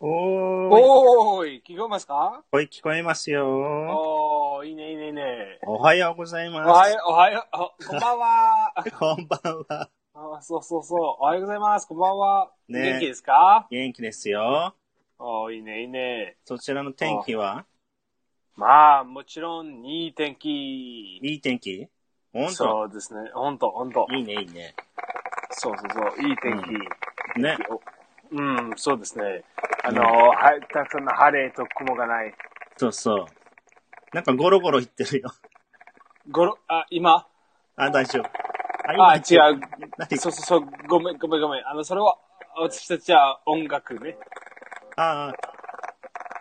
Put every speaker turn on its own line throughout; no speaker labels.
おーい。
おーい、聞こえますか
声聞こえますよ。
おー、いいね、いいね、いいね。
おはようござい
お
ます。
はよう、おはよう、あこんばんは。
こんばんは。
あそうそうそう、おはようございます。こんばんは。
ね
元気ですか
元気ですよ。
おー、いいね、いいね。
そちらの天気は
まあ、もちろん、いい天気。
いい天気本当
そうですね。ほんと、ほんと。
いいね、いいね。
そうそうそう、いい天気。
ね。
おうん、そうですね。あの、
うん
はい、たくさんの晴れと雲がない。
そうそう。なんかゴロゴロ言ってるよ。
ごろ、あ、今
あ、大丈夫。今
あ、違う。
何
そうそうそう、ごめん、ごめん、ごめん。あの、それは、私たちは音楽ね。
あ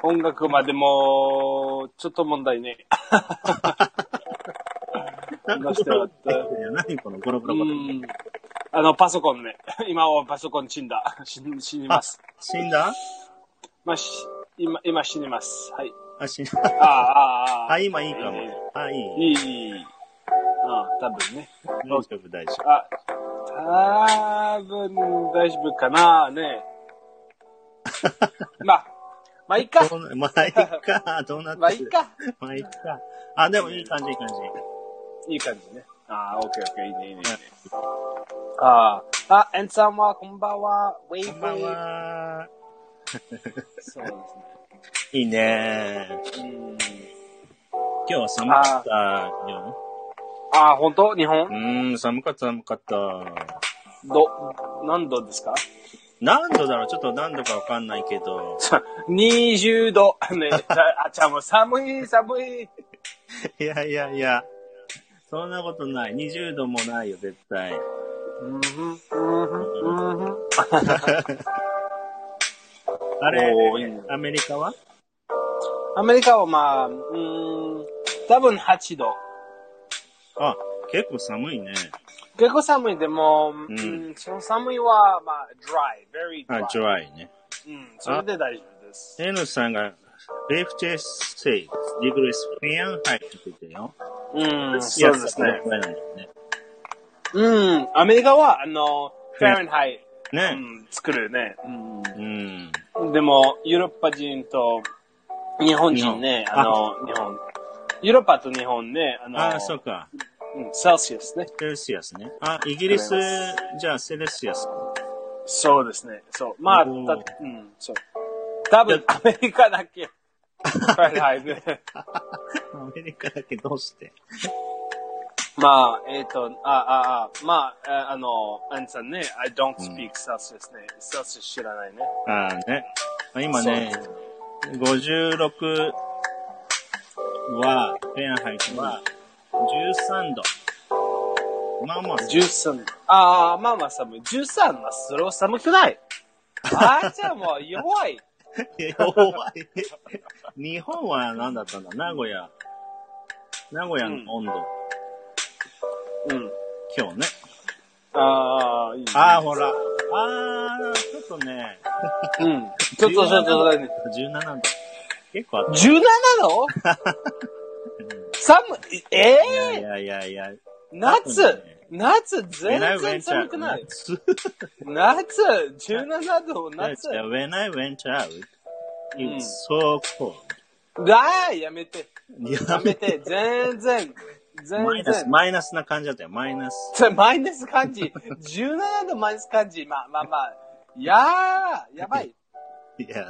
音楽までも、ちょっと問題ね。
あ、なんかゴロゴロ言ってるよ。何このゴロゴ
う
ロゴロ。
ん。あの、パソコンね。 今はパソコン死んだ。 死に死にます。
死んだ
まあ、し今、今死にます。はい。
あ、死ん
あ
だ。
あ、ああ。
あ、今いいかも
いね。
あ、いい。
いい、いい。いいああ、多分ね。
大丈夫、大丈夫。
あ、多分大丈夫か なね。まあ、まあいいか
ど。うなまあいいか、どうなってる
まあいいか。
まあいいか。あ、でもいい感じ、いい感じ。
いい感じね。ああ、オッケーオッケー、いいね、いいね。いいねああ、あ、エンさんは、こんばんは。ウェイウェイ
こんばんは。
そうで
いいね。
すね。う
今
ん
日は寒かったよ。
ああ、本当日
う
本
ーん、寒かった、寒かった。
ど、何度ですか
何度だろうちょっと何度かわかんないけど。
?20 度。ね、あ、ちゃんもう寒い、寒い。
いやいやいや。そんなことない。20度もないよ、絶対。
うんふん、うんふん、うんふん。
あれ
おーいいね、
アメリカは
アメリカはまあ、うーん、多分8度。
あ、結構寒いね。
結構寒いでも、うんん、その寒いは、まあ、dry, very
あ、
dry.
ドライね。
うん、それで大丈夫です。
N さんが56 degrees Fahrenheit って言ってるよ。
うん、そうです
い
ね。
や。そうですね
うん、アメリカは、あの、フェレンハイ、う
ね。
ん、作るね。
うん。
うん、でも、ヨーロッパ人と日本人ね、
日本
あの、日本、ヨーロッパと日本ね、あの、
ああ、そうか。
うん、セルシウスね。
セルシアスね。あ、イギリス
ありが、
じゃあセルシアス。
そうですね。そう。まあ、た、
お
う
ー
ん、そう。多分、アメリカだけ。はいはい ね。
アメリカだけどうして
まあ、えっ、と、あ、あ、あ、まあ、ああの、アンさんね、I don't speak Celsius ね。Celsius 知らないね。
ああね。あ今ね、56は、フェアハイトは13度。まあまあ、
13。ああ、まあまあ寒い。13はそれは寒くない。あーちゃんもう弱い。
弱い。日本は何だったんだ名古屋。名古屋の温度。
うん。
今日ね。
ああ、いい、ね。
ああ、ほら。ああ、ちょっとね、
うん。ちょっと、ちょっと、ちょっと
17度。結構あった。
17度 寒い。え
いやい
え
やいやいや。
夏夏全然
went
寒
out,
くない。
夏
夏 !17 度、夏
when I went out, it
うん
was so cold.
だーやめて。や
や
めて。全然。全
マイナス、
然。
マイナスな感じだったよ、マイナス。
そうマイナス感じ。17度マイナス感じ。まあまあまあ。いやー、やば い。
いや、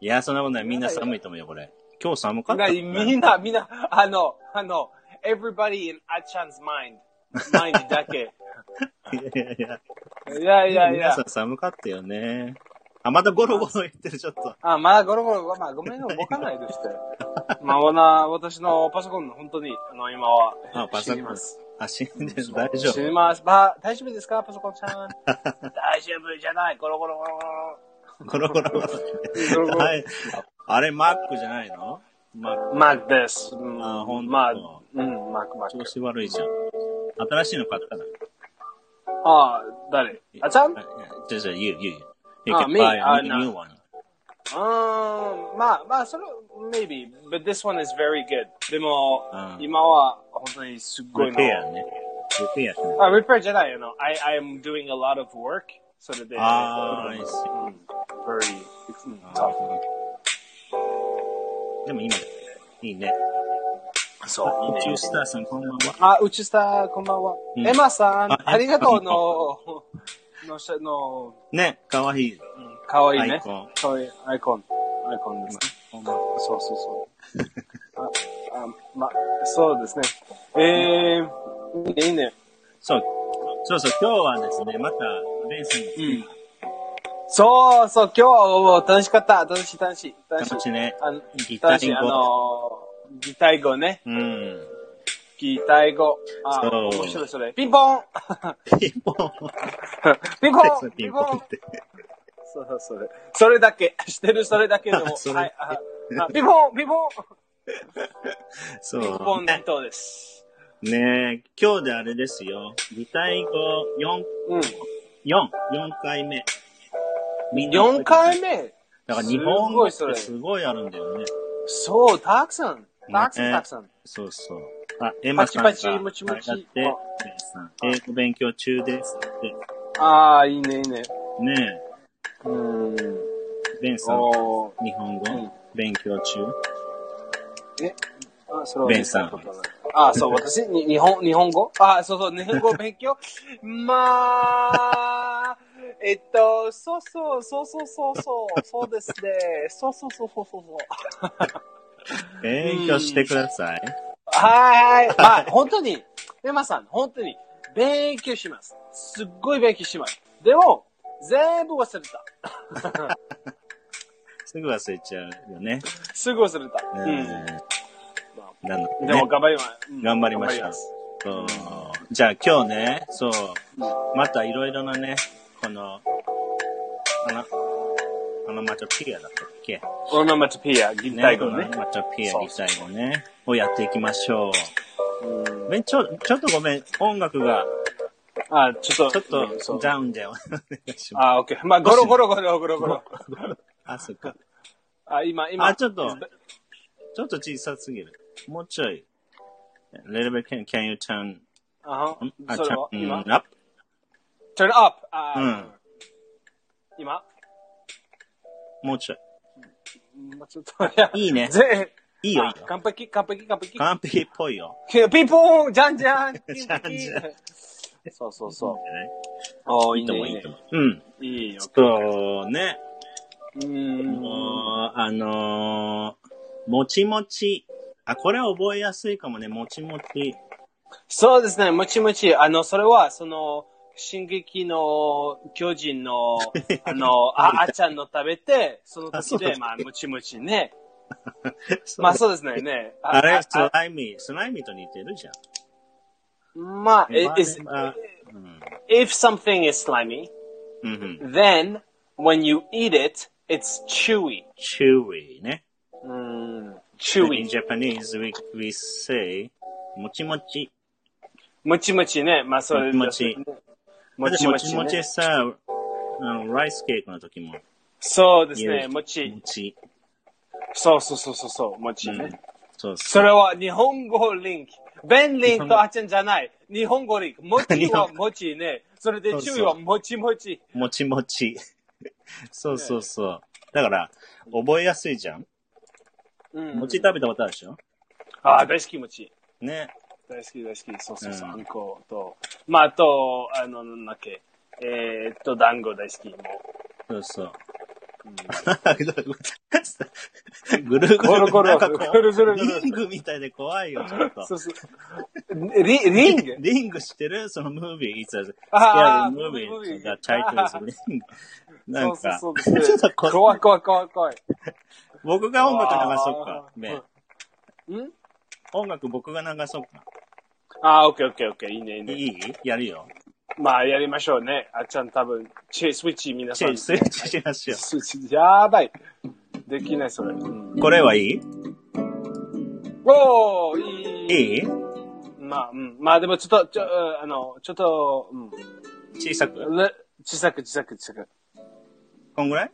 いや、そんなことない。みんな寒いと思うよ、これ。今日寒かった。
な みんな、みんな、あの、あの、everybody in あっちゃん 's mind. mind だけ。
いやいや
いやい
いや。
やい
皆
や
さん。寒かったよね。あ、またゴロゴロ言ってる、ちょっと。
あ、まあ、ゴロゴロ、まあ、ごめんね、動かない でして。まあ、おな、私のパソコンの本当に、あの、今は、
あ、パソ
死に
コ
ま
ン
す。。
あ、死んでる、大丈
死に
夫。
ます。ば、大丈夫ですかパソコンちゃん。大丈夫じゃない。ゴロゴロゴロゴロ。
ゴロゴロゴロ。
ロゴロ
はいあれ、マックじゃないのマック。
マークです。うん
あほんと
まあ、うん、マーク、マー
調
ク。
子悪いじゃん。新しいの買ったの
ああ、誰あちゃんう
Just uh, you, you. You
Ah,
can
me?
buy a
Ah,
new-
no.
new one.
ーん、まあ、まあ、それ、maybe, but this one is very good. でも
うん、
今は、本当にすっごいの。
Repair ね。Repair しない Ah,
あ、repair じゃない、あの、I, I am doing a lot of work. それで、
あー
うん
I see.
very
あ
tough.
ーでも今、いいね。
そう。
宇宙スターさん、こんばんは。
あ、内さん、こんばんは。
うん
エマさん、
あ
ありがとうの、のしゃ、の、
ね、かわいい。
うんかわいい
アイ
ね
コン。
かわいいアイコン。アイコンですね。
こんばんは
そうそうそう。あ、あま、そうですね。えー、いいね、いいね。
そう、そうそう、今日はですね、また、レンさんが
うん。そうそう、今日は楽しかった。楽しい、楽しい、楽し
楽し
い。
いね
あの
擬態語
楽しい、あの、擬態語ね。
うん。
擬態語。あ、
そう
面白いそれ。ピンポン
ピンポン。
ピ ンポン
ピ
ピ
ン
ン
ポ
ポ
ン
ン
って。
そうそう、それ。それだけ。 してるそれだけで も。
それ
はい。ああピンポンピンポン
そう。
ピンポン担当です。
ねえ、今日であれですよ。擬態語4、
うん。
4、4回目。みんな
4回目
だから日本語っ
すごい
て
それ
すごいあるんだよね。
そう、たくさん。たくさん、
ね
たくさん。
そうそう。あ、エマさんが
パチパチムチムチ
上がって、レンさん、英語勉強中ですって。
ああ、いいね、いいね。
ね
うーん。
え、レンさん、
おー。
日本語
うん
勉強中。
えあ、それは
ベンさん
あ、そう、私、に日本、日本語あ、そうそう、日本語勉強まあ、えっと、そうそう、そうそうそう、そう、そうですね。そうそうそうそうそう。
勉強してください。
はいはい。まあ、本当に、エマさん、本当に、勉強します。すっごい勉強します。でも、全部忘れた。
すぐ忘れちゃうよね。
すぐ忘れた。
う
うんん。ま
なの
あ
で、
でも、
ね、
頑張りま、うん
頑張りまし
頑張
た
ます
そうじゃあ今日ね、そう、またいろいろなね、この、あの、あのマチョピアだったっけ
オノマトピア、ギタイゴね。
このマチョピア
そう
リタイゴね、をやっていきましょ
うん
う。めちょ、ちょっとごめん、音楽が、
あ、ちょっ
ちょ
と、
っ
そ
と
う
ダウンでお願いします。
あ、オッケー。まあ、ゴロゴロゴロゴロゴロ。
あ、そっか。
あ、今、今。
あ、ちょっと、ちょっと小さすぎる。もうちょい。little bit, can, can you turn,
あは
んあ、
それは、今
turn up?
?turn up! あ
うん
今
もうちょ
まあちょっと、いや
い。いいね。
ぜ
いいよ、いい
あ
よ。
完璧、完璧、完璧。
完璧っぽいよ。
ピンポンじゃんじゃんピン
じゃん
ピン
じゃん
そうそうそ
ね
う。ああ、い
い
い
いと
ね。
思う、
いい
いい
ね
と思う。うん。
いいよ。
そうね。
うーん。
もう、あのー、もちもち。あ、これ覚えやすいかもね。もちもち。
そうですね、もちもち。あの、それは、その、進撃の巨人の、あ の、あ、あちゃんの食べて、その
あそう
時
だっ
で、
け
まあ、もちもちね。まあ、そうですね、ね。
あれ、ス
あ
ライミー、スライミーと似てるじゃん。
まあ、え is,
あうん。
if something is slimy,
うんうん。
then, when you eat it, it's chewy.
chewy ね。
うん、
In
chewy.
Japanese, we, we say, もちもち。
もちもちね。まあ、それ
もちも
もち
も
も
ち
ち
も
ね。
ちさ、あの、ライスケーキの時も、
そうです
言
ね、
う
も
も
ち。
ち。
そうそうそうそうそう、もち
うん
ね。。
そうそう。
それは日本語リンク。ベンリンクとあちゃんじゃない。日本語リンク。もちはもちね。 それで
そうそう
注意はもちもち。
もちも ち。そうそうそう。だから、覚えやすいじゃん。
うん
餅食べたことあるでしょ
ああ、大好きもち。
ね。
大好き大好き。そうそうそう。
うん
あんこと、まあ、あと、あの、なんだっけ。えー、っと、団子大好き。も
そうそう。
ううん
ぐるぐ
ゴロ
る。
ゴロ
なんかこう
ぐるぐるぐる
リングみたいで怖いよ、ちょっと。
そうそう。リリング
リングしてるそのムービー。いつだ
あー
scary movie
ムービー
がタイトルです。リング。なんか、
そうそうそう
ちょっとこ
怖い怖い怖い怖い。
僕が音楽流そうか
あ。ー
ね。
ん
音楽僕が流そうか。
ああ、オッケーオッケーオッケー。いいね、いいね。
いいやるよ。
まあ、やりましょうね。あっちゃん多分、チェスイッチ皆
チ
さ
ェ
ん。
イスイッチしましょ
スイッチやばい。できない、それ。
う。これはいい
おー、い
い
い。
い
まあ、うん。まあ、でも、ちょっと、ちょ、あの、ちょっと、うん。
小さく
れ小さく、小さく、小さく。
こんぐらい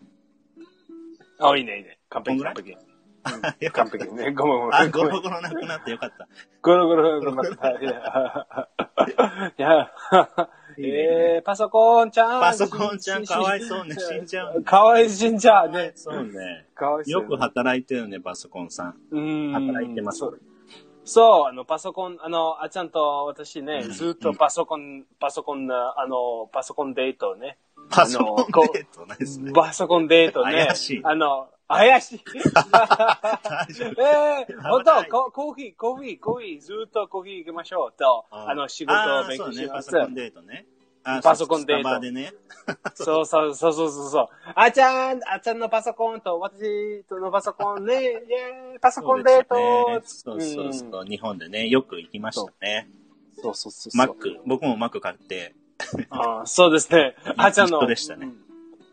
あ、いいね、いいね。完
こん
璧、
ぐらい
完璧。
よかっ
完
た
璧ね。ごめん、ごめ
あ、
ん。
ゴ
ごめ
ロ
ん。
ゴロなくなってよかった。
ゴロゴロ、ごめん。いや、いや、えー、パソコンちゃん。
パソコンちゃんかわいそうね死んじゃうね
かわい死んじゃうね。
そうね。
かわいそ
よ
う
く働いてるね、パソコンさん。
うん
働いてます。
そう、あの、パソコン、あの、あちゃんと私ね、
うん
ずっとパソコン、パソコンな、あの、パソコンデートをね。
パソコンデートないですね。
パソコンデートね。
怪しい
あの、怪しい。
大丈夫。
ええ本
危な
当
い
ココーヒー、コーヒー、コーヒー、ずっとコーヒー行きましょうと、あの、仕事
あ
を
ー
勉強
そう
し
ね、パ
ま
ソ
す。
コンデートね。あ
パソコンデート
スタバでね。
そうそうそうそうそうそう。あちゃん、あちゃんのパソコンと、私とのパソコンね、イェーイパソコンデート
そうですねそうそうそう、日本でね、よく行きましたね。
うんそうそうそうそう。
マック、僕もマック買って、
あーそうですね。あちゃん
一
の。
緒でしたね
うん。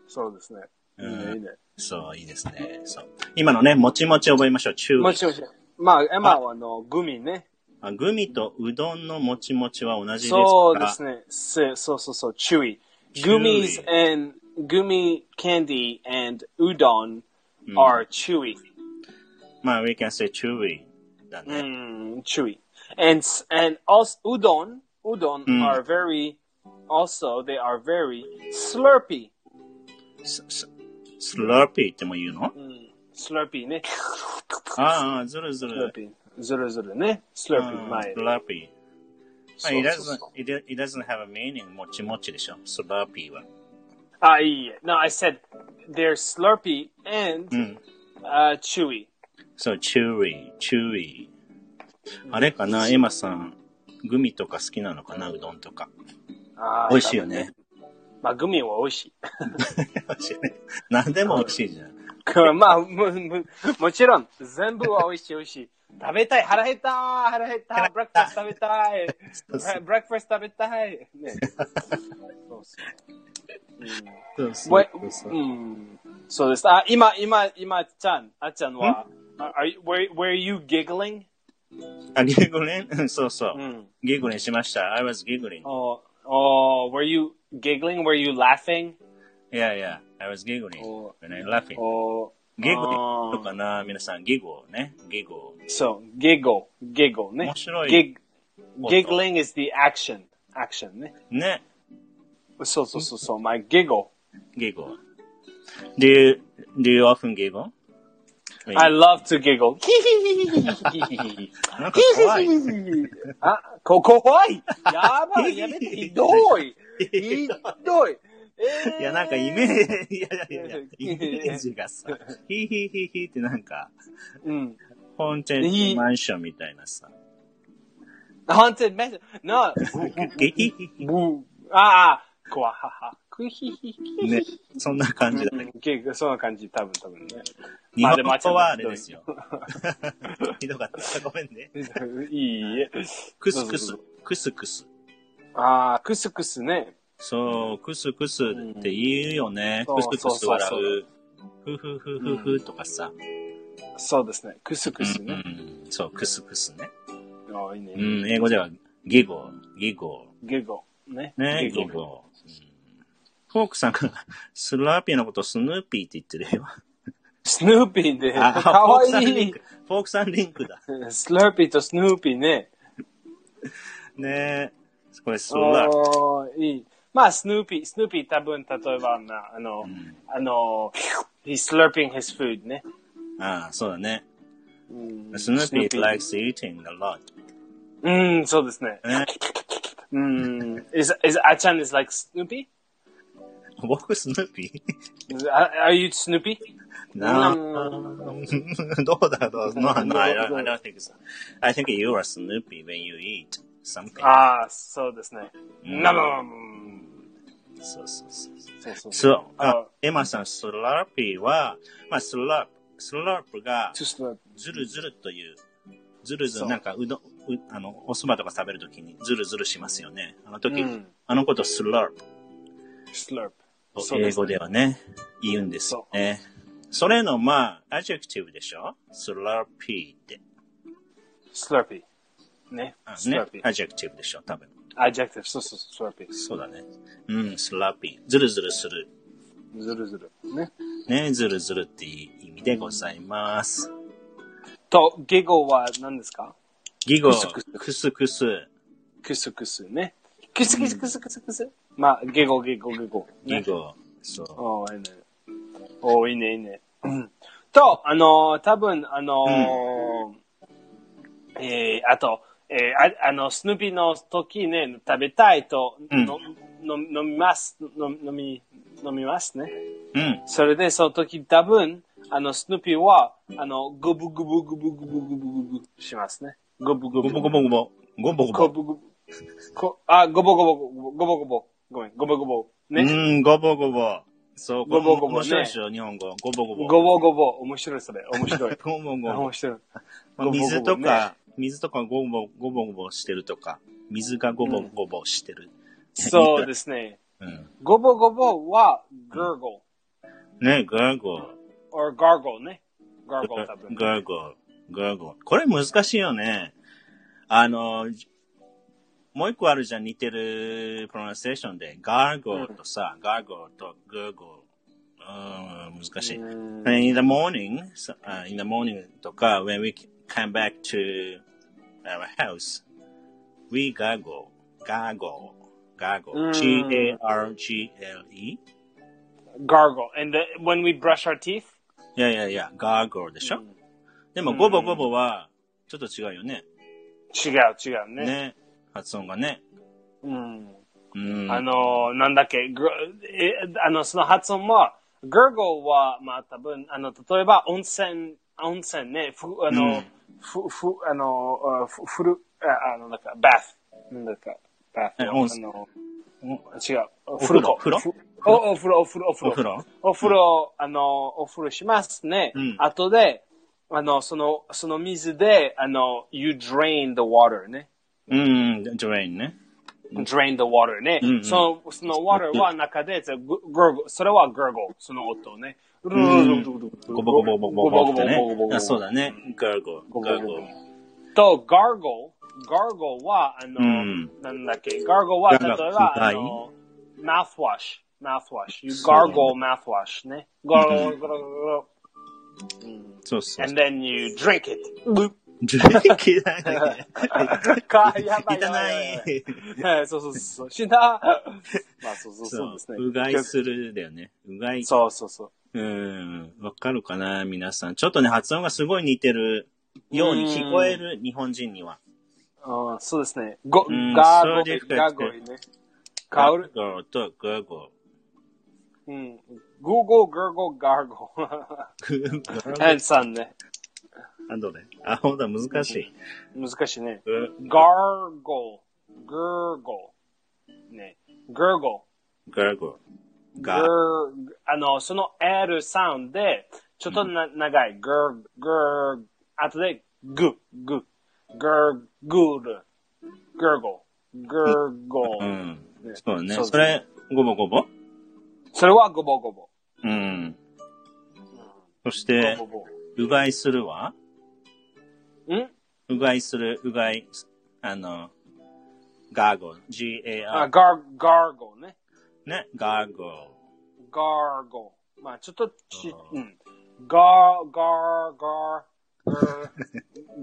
そうですね。いいね、いいね。
そう、いいですね。そう。今のね、もちもち覚えましょう。中
もちろん。まあ、エマはあの、グミね。
あグミとうどんのもちもちは同じですから。
そうですね。せそうそうそう、チュイ。
Chewy
Gummies and gummy candy and udon are chewy.
まあ、we can say chewy だね。
Mm, chewy. And s- and also udon, udon
Mm.
are very also they are very slurpy.
スススラーピーっても言うの
Mm, slurpy ね。
ああ、ずるずる。
slurpy. ずるずるね。
うん
slurpy 前
ス。ラーピー。まあ、
そう
it
そうそう
doesn't, it doesn't- it doesn't have a meaning もちもちでしょ。スラーピーは。
あ、いいえ。No, Ah, I said they're slurpy and、
ん
uh, chewy.
そう、chewy, chewy. あれかな、エマさん。グミとか好きなのかなうどんとか。
あー
美味しいよね。。
まあ、グミは美味しい。
美味しいね。 何でも美味しいじゃん。
まあ、も、ももちろん、全部は美味しい、美味しい。食べたい、腹減った腹減ったブレックファスト食べたい
そうそう
ブレックファスト食べたいね。そ
そ
う
うそ
そう。
う
え
そうそう
うん。そうです。あ、今、今、今、ちゃん、あっちゃんは、あ are you, were, were you giggling?
あ、ギグレンうんそうそうう。
ん。
ギグレンしました。I was giggling.
Oh, oh, were you giggling? Were you laughing?
Yeah, yeah. I was giggling.
お
And I laughing.
Oh,
ギグ
あー
とかな、皆さん、ギグをね。ギグを。
So giggle, giggle ね。
面白い。
Gig, giggling is the action, action ね。
ね。
そうそうそうそう。My giggle.
ギグを。Do you, do you often giggle?
I love to giggle.
なんか怖い。
あ、こ、怖いやばい、やめて、ひどい。ひどい。えー
いや、なんかイメージ、いやいやいや、イメージが さ、ヒーヒーヒーヒーってなんか、
うん。
ホーンテッドマンションみたいなさ。
Haunted Mansion. No.
ヒーヒーヒーヒ
ブー。ああ、怖はは。クヒヒヒ。
ーね、そんな感じだね。
ゲーそんな感じ、多分多分ね。
日本語はあれですよ。ひどかった。ごめんね。
いいえ。
クスクス、クスクス。
ああ、クスクスね。
そう、クスクスって言うよね。
うん
クスクス笑
そう
う。ふふふふふとかさ。
そうですね。クスクス
う
ね。
ん、そう、クスクスね。
ああ、いいね。
うん、英語ではギゴ、ギゴ。
ゲゴ。ね。
ね、ギ
ゲゴ。
ゴ。フォークさんがスラーピーのことスヌーピーって言ってるよ。
スヌーピーで、か
あ
わ
フォークさん
い
リン
い
ク。フォークさんリンクだ。
スラーピーとスヌーピーね。
ねこれスラーピー。
おーいい。まあ、スヌーピー、スヌーピー多分、例えば、なあの、あの、he's slurping his food ね。
ああ、そうだね。
うん
スヌーピー
Snoopy
likes eating a lot.
うん、そうですね。
ね
うん。is, is, あちゃん is like Snoopy?
僕スヌーピ
Is- Are you Snoopy?
ーなあ。
うん
どうだろう No, no, I don't, I
ど
don't think so. I think you are Snoopy when you eat something.
ああ、そうですね。
うん
なむむ
そうそうそうそう。
そうそうそう。
そう。あ
あ、
エマさん、スラーピーは、まあ、スラープ、スラープが、
ちょっと
ずるずるという、ずるず
そ
る、
う
なんか、うどん、うあの、お蕎麦とか食べるときに、ずるずるしますよね。あの時、
うん
あのことスラープ
スラー
と英語ではね、言うんですよね。それの、まあ、アジェクティブでしょスラーピーって。
スラーピー。ね
あ。
スラーピ
ね、
ー。
アジェクティブでしょ多分。
アジェクティブ、そうそうそう、スラーピー。
そうだね。うん、スラーピー。ずるずるする。
ずるずる。ね。
ね、ずるずるっていう意味でございます。
と、ゲゴは何ですか
ギゴ
クスク、
クスクス。
クスクスね。キスキスキスキスキス。まあ、ゲゴゲゴゲゴ。
いい
ね。
子。そう。
おーいいね。おーいいね、いいね。 うんと、あのー、多分あのー、えー、あと、えー、ああの、スヌーピーの時ね、食べたいと、
うん
のの飲みます、の飲み、飲みますね。
うん。
それで、その時多分、あの、スヌーピーは、あの、グブグブグブグブグブグブしますね。グブ
ご
グブ。
ぼごぼごぼ。ごぼ
ご
ごぼ。
ぼごぼ。こあ、ごぼごぼ、ごぼごぼ。ごめん、ごぼごぼ。
う
ね。
ん、ごぼごぼ。そう、
ごぼごぼね
面白いでしょ、日本語。ごぼごぼ。。
ごぼごぼ。面白いそれ。面 白い
ごぼごぼ
面。白い。
まあ水
ごぼ
と
ごぼね
か、水とかごぼごぼごぼしてるとか、水がごぼごぼしてる。
そうですね。
うん。
ごぼごぼは、gurgle,
ね、ガーゴー。
or gargle ね。gargle 多分。
ガーゴー。ガーゴー。これ難しいよね。あの、もう一個あるじゃん、似てるプロナンセーションで。ガーゴーとさ、ガーゴーとグーゴー。うん、難しい。
うん
And in the morning, so, uh, in the morning とか、when we come back to our house, we gargle, gargle, gargle,
うん
G-A-R-G-L-E?
gargle. And the- when we brush our teeth?
いやいやいや、gargle でしょ、
うん
でも、ゴボゴボは、ちょっと違うよね。
違う違うね。
ね。発音がね。
うん。
うん。
あの、なんだっけ、グえあの、その発音は、gurgle は、まあ多分、あの、例えば、温泉、温泉ね、ふ、あ
う
の
ん、
ふ、ふ、あの、あふ、ふる、ああの、なんか、バス、なんだっけ、バス、
え温泉
あの、
お
違う、お
風呂
風呂
風
おお風呂、お風呂、お風
お風
呂。
呂
お風呂、あの、お風呂しますね。
うん
後で、あの、その、その水で、あの、you drain the water ね。
うん、drain ね。
Mm. drain the water ね。
うんうん
その、その water は中で、そググーグそれは gurgle、その音ね。
Mm. ん
ゴ
ゴボゴボゴボゴボってね。あそうだね。gargle,
ゴボゴボ
gargle.
と、gargle、gargle は、あの、
うん
なんだっけ、gargle は、例え
なんか
ば、あ
う
の、mouthwash、mouthwash。you
そうだね
gargle mouthwash ね。gargle,
Mm-hmm.
gargle, gargle.
そうそう。
and then you drink it.
ジュリーだね。
か、やばいや
汚
ばいや ばい。
い。
はいそうそうそう。死ん だ。 まあ、そうそう
そ
そううですね。
うがいするだよね。うがい。
そうそうそう。
う。ん。わかるかな皆さん。ちょっとね、発音がすごい似てるように聞こえる日本人には。
あーそうですね。ご、
うん
ガ
そ
ー
れで
ゴ、ガーゴイね。カウル、
ガーゴとガーゴ。
うん。ゴーゴー、ガーゴー、ガーゴ
グーゴ
ー。ヘンさんね。
あ、どれあ、ほんとだ難しい。
難しいね。
グ
ガーゴー、ガーゴー。ね。ガーゴー。
ーガーゴ。
ガ
ガー。
ー、あの、その L サウンドで、ちょっとな、長い。ガー、ガー、あとで、グ、グ、ガー、グール、ガーゴー、ガーゴ
う
ー。
ん。そうね。
そう
それ、ごぼごぼ
それはごぼごぼ。
うん。そし
ご
て
ぼ、ご
うがいするは
ぼ。ん
うがいする、うがい、あの、ガーゴ。
あ、
G-A-R。
ガー、ガーゴーね。
ね、ガーゴ。
ガーゴー。まあ、ちょっとち、うん。ガー、ガー、ガ ー、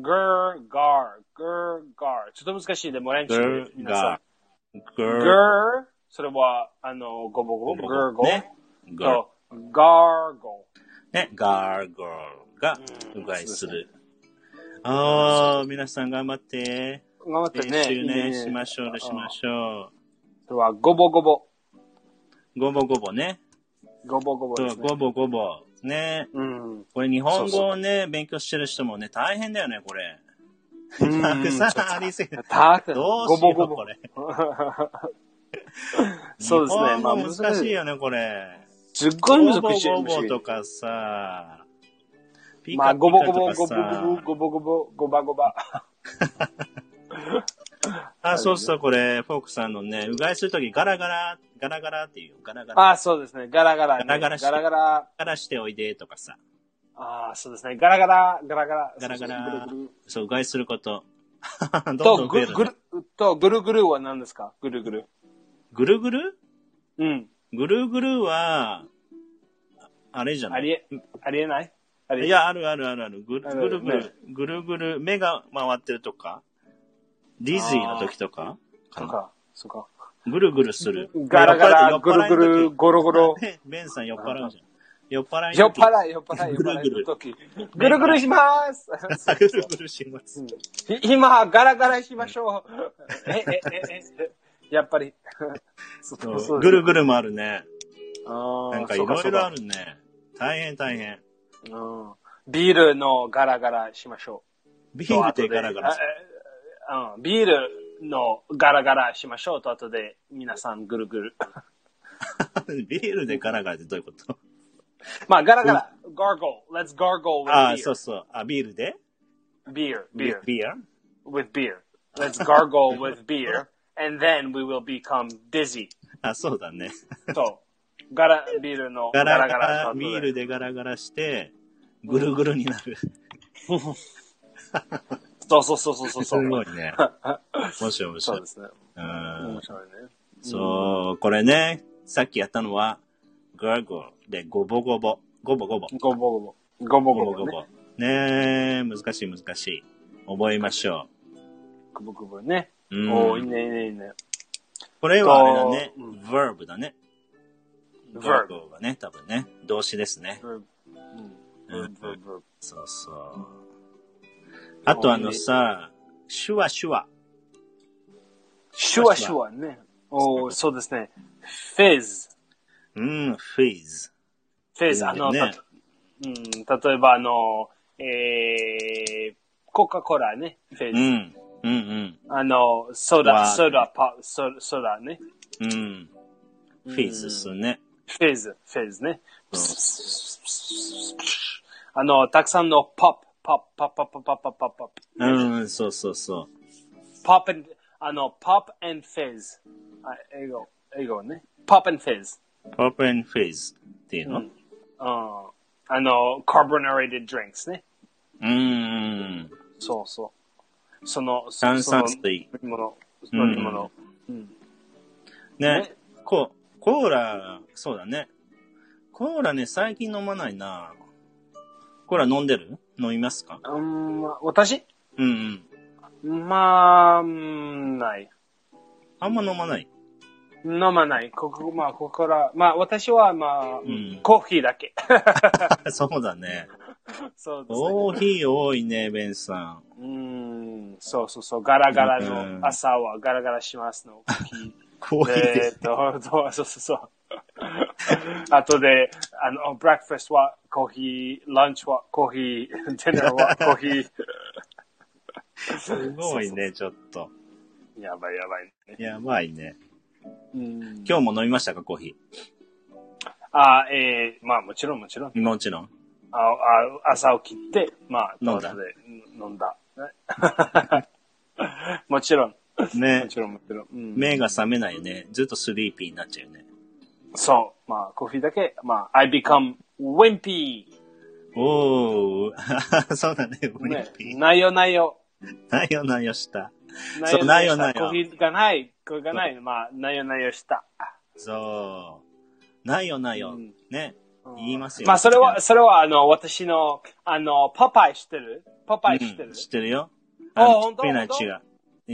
ガー、ガー、ガー、ガー、ガー。ちょっと難しいでも練習
グ
し
ー
て皆さん
ガ。ー。グ
ガ
ー
ー、それは、あの、ごぼごぼ、ガーゴー。
ね。
と、ガーゴ
ね、ガーゴーが
うん
うがいする。ああ、皆さん頑張って。
ー。頑張って
練
ね。
習
い
ね、
い
しましょうね、しましょ
それは、ごぼごぼ。
う。ごぼごぼね。
ごぼごぼで
そう、
すね
ご。ぼごぼ。ね。
うん。
これ日本語をね、勉強してる人もね、大変だよね、これ。
た
たくさんありすぎて。
たくさん。
どうしよ
ごぼ
う、
ごぼ
こ。れ。
そうですね。
日
まあ、
本語難しいよね、これ。
すっごい
ごぼ
難しい。
ごぼとかさ。ピ
まあ、
カピ
ごぼ
カ
ごぼ、
とか
ごぼ
さ。
ごぼ、ごぼごぼ、ごばごば。
あ、そうそう、これ、フォークさんのね、うがいするとき、ガラガラ、ガラガラっていう、ガラガラ、
あ、そうですね。ガラガラね。
ガラガラして
ガラガラ。
ガラしておいでとかさ、
ああ、そうですね。ガラガラ、ガラガラ。
ガラガ
そう
ラ
そうぐるぐる、
そう、うがいすること。 どんど
と、
ん増
ぐ
え
る
る
ぐ
ね
る、と、ぐるぐるは何ですかぐるぐる。
ぐるぐる
うん。
ぐるぐるは、あれじゃな
あ
い
りえ、ありえないありえ
いや、あるあるあるある。ぐる
あ
ぐ
る
るぐ
ね
る、ぐるぐる、目が回ってるとか、ディズニーの時とかか
そ
な
うか、そうか。
ぐるぐるする。
ガラガ
酔
ラ、
っ
ぐ
払
る
い
ぐる、ゴロ ゴロ。
ベンベンさん酔っ払うじゃん。酔っ払い
酔
の
っ
時。
払い、酔っ払い、酔っ払いの時。ぐるぐるします
ぐるぐるします。
い今、ガラガラしましょ う。え、え、え、え、やっぱり。そうそう
ぐるぐるもあるね。
あー
なんかい
そう
ろい
そう
ろあ
か
るね。大変大変。
うんビールのガラガラしましょ
ビ
う。
ールでガラガラ
と。あえうんビールのガラガラしましょうと、後で皆さんぐるぐる。
ビールでガラガラってどういうこと
まあ、ガラガラ。gargle. Let's gargle
ああ、
with
そうそう。あ、ビールで
beer. Beer. Beer.
ビール
With beer. Let's gargle with beer. And then we will become dizzy.
あ、そうだね。
そう。ガラ、ビールの
ガラ
ガ
ガ
ラガ
ラ、
ラ。
ビールでガラガラして、ぐるぐるになる。
そうそうそうそうそ う。
すごいね。面白い面
そ
白
う
い
で。すね。
うん
面。白いね。
そう、これね、さっきやったのは、ガーゴーでごぼごぼ。ごぼごぼ。
ごぼごぼ。ご
ごぼ
ぼ
ご
ごぼね。
ぼ。ねえ、難しい難しい。覚えましょ
ごぼごぼね。
う。うん、
おーいいね、いいね、いいね。
これはあれだね
とうん。
verb だね。
verb
verb がね、多分ね。動詞ですね。
verb
うん
うん。verb verb
そうそう。あとあのさ、手話手話。
シュワシュワね。おーそうですね。fizz。
うん、fizz。
fizz。あの、
ね
たとうん、例えばあの、えー、コカ・コーラね。
う
fizz。
ん、うん、うん、
あの、ソ
わ
ダ、
ー
ソダパ、ソソダね。
うん。fizz っすね。
フェーズ、フェーズね
うん。
あの、たくさんのポップ、ポップ、ポップ、ポップ、ポップ、ポップ、ポップ、
うん、そうそうそ
ポップ and- あの、ポップ and fizz。あ英語、英語ね。ポップ and fizz。
う。pop and fizz っていうの、
うんうんあの、carbonated drinks ね。
うん。
そうそう。その、そ
炭酸
その
水。
飲み物、
うん
飲み物。うん
ね
ね。
こう、コーラ、そうだね。コーラね、最近飲まないな。コーラ飲んでる飲みますか
うん、私
うんうん。
まあ、うんない。
あんま飲まない。
飲まない。ここ、まあ、ここから、まあ、私は、まあ、
ん
コーヒーだけ。
そうだね。
そうですね。
コーヒー多いね、ベンさん。
うーん、そうそうそう、ガラガラ
うん
の朝はガラガラしますの。
コーヒーで
えーっ
す。
と、どうそうそう そう。あとで、あの、ブラックファストはコーヒー、ランチはコーヒー、ディナーはコーヒー。
すごいね、ちょっと。
やばいやばい、ね。
やばいね。
うん
今日も飲みましたか、コーヒ
あ、えー、まあもちろんもちろん。
ー。もちろん。
ああ朝起きて、まあ、
飲んだ
後で飲ん だ。もちろん。
ね
も。ちろんもちろん。うん
目が覚めないよね。ずっとスリーピーになっちゃうよね。
そう。まあ、コーヒーだけ、まあ、I become wimpy.
おー。 そうだね、ウリ
ね
ーピー。
内容内容。
なよなよした。
内容
内容
した
内容
コーヒーがない、これがない、まあ、内容内容した。
そう。ないよないよ。
うん
ね。言いますよ。
まあ、それは、それは、あの、私の、あの、パパイ知ってるパパイ知って
う
る
ん、知ってるよ。
あ
の
本当
ピーナッ
本
チ
当
が。うん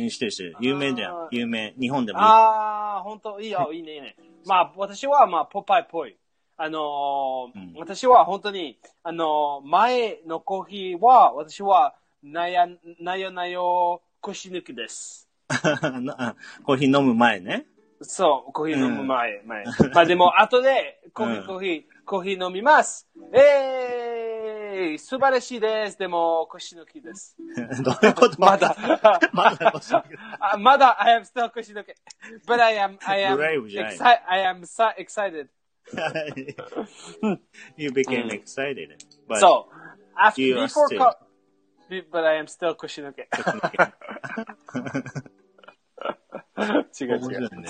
知ってる知ってる。有名だよ
あ。ー
有名。日本でもいい。
ああ、本当いいよ、いいね、いいね。まあ、私は、まあ、ポパイっぽい。あのー
うん
私は本当に、あのー前のコーヒーは、私は、なや、なよなよ、腰抜きです。
なコーヒー飲む前ね。
そう、コーヒー飲む前、前。まあでも、後で、コーヒ
うん
ー、コーヒー、コーヒー飲みます。えー、素晴らしいです。でも、腰抜きです。
どういうこと
ま。だ、
まだ欲しい。
あまだ、I am still 腰抜き。But I am, I am,
Brave じゃない
exci- I am so excited.
you became excited. But
So, after,
you are
before,
still-
co- be- but I am still 腰抜け。
面白いね。
違う違う。面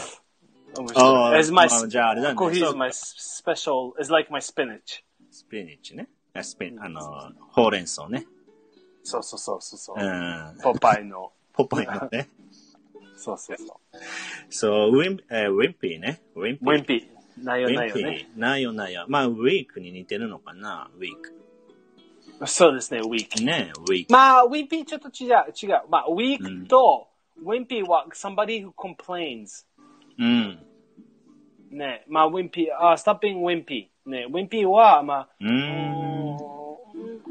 あ
白い。It's my,
まあじゃああれだね
coffee
そう
is
か
my special, is like my spinach.
スピニッチね。あスピン、あの、ほうれん草ね。
そうそうそうそうそうう。
ん。
ポパイの。
ポポイのね。
そうそうそう。
そう、ウィン、えーウィンピーね。ウィンピ
ウィ
ー
ン。ピー。内容内容ね。
ー。ないよないよ。まあ、ウィークに似てるのかな、ウィーク。
そうですね、ウィーク。
ね、ウィーク。
まあ、ウィンピーちょっと違う。違う。まあ、ウィー
うん
クと、ウィンピーは somebody who complains。
うん。
ね、まあ、wimpy、あ、stop being wimpy。ね、wimpy は、まあ、
うーん。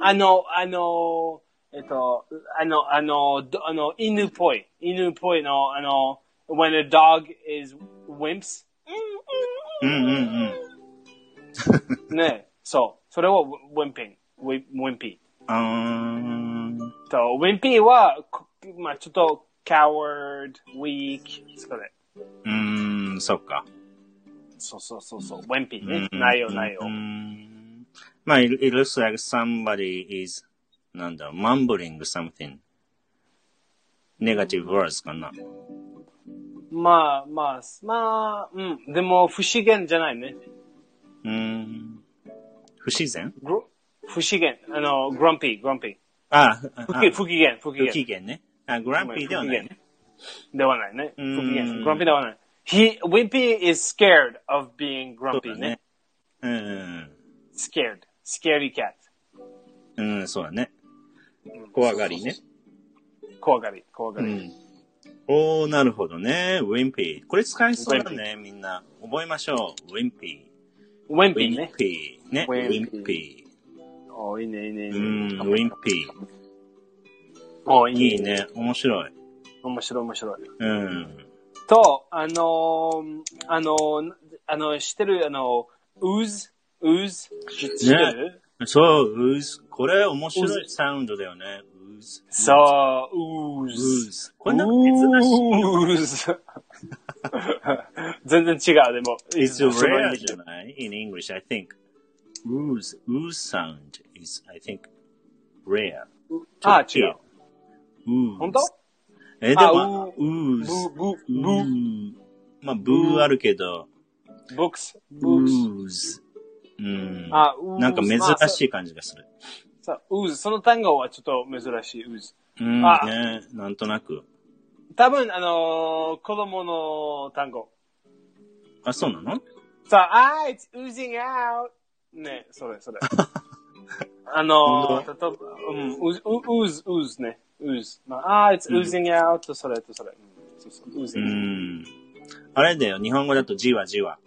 あの、あの、えっと、あの、あの、どあの、犬っぽい。犬っぽいの、あの、when a dog is wimps。
うんうんうん。
ね、そう。それを wimping。wimpy。
うーん。
と、wimpy は、こまあ、ちょっと、coward, weak、それ。
うーん、そっか。
そうそうそうそう、wimpy ね。内容内容
う。んまあ、it it looks like somebody is, なんだ、mumbling something. negative words かな。
まあまあ、まあ、うん。でも、不資源じゃないね。
うん。不自然
グロ不資源、あの、グランピー、グランピー。
あ、あ
不機不機嫌、不機
不機
嫌。
嫌ね。あ、グランピーではないね。
ではないね。不
うん
機嫌、グランピーではない。He, Wimpy is scared of being
そう
grumpy
だ
ね
ね。。うん。
scared, scary cat.
うん、そうだね。怖がりね。
怖がり、怖が
う
り。
ん。おー、なるほどね。ウィンピー。これ使えそうだね、みんな。覚えましょう。ウィンピー。ウ
Wimpy
ィ
ね
ン。ピー。ね。ウィン
Wimpy
ピ
おーいいね、いいね、いい
ー。
ね。
うん、ウィンピ
お
ー。
ーいいね。
いいね。面白い。
面白い、面白い。
うん。
と、あのー、あのー、あの、知ってる、あの、ooze, ooze, 知ってる、
そう、ウーズ。これ面白いサウンドだよね。ウーズ。
そ
ウ
う、ooze
ー。ズ。これなんか珍しい。
しい。全然違う、でも。
It's
その
rare
意味
じゃない in English, I think. Ooze, ooze sound is, I think, rare.
あ、違う。
Ooze.
本当
え、で
あ
も、
ブ
ooze.
ー、ブー、ブー、
ooze まあ、ブーあるけど、
ブックス、ブック
ooze.
ス。
うん。
あ、ooze
なんか珍
まあ
しい感じがする。
そうそう、ooze その単語はちょっと珍しい、ooze
うん、
あ
ねなんとなく。
多分、あのー子供の単語。
あ、そうなの
さあ、あー、it's oozing out. ね、それ、そ れ。あの
本
ー、例えば、うん、ooze, ooze, ooze ね。ooze。まあ、あー、it's oozing out とそれとそれ。うんそうそう、
う
oozing.
ん。あれだよ、日本語だとじわじわ。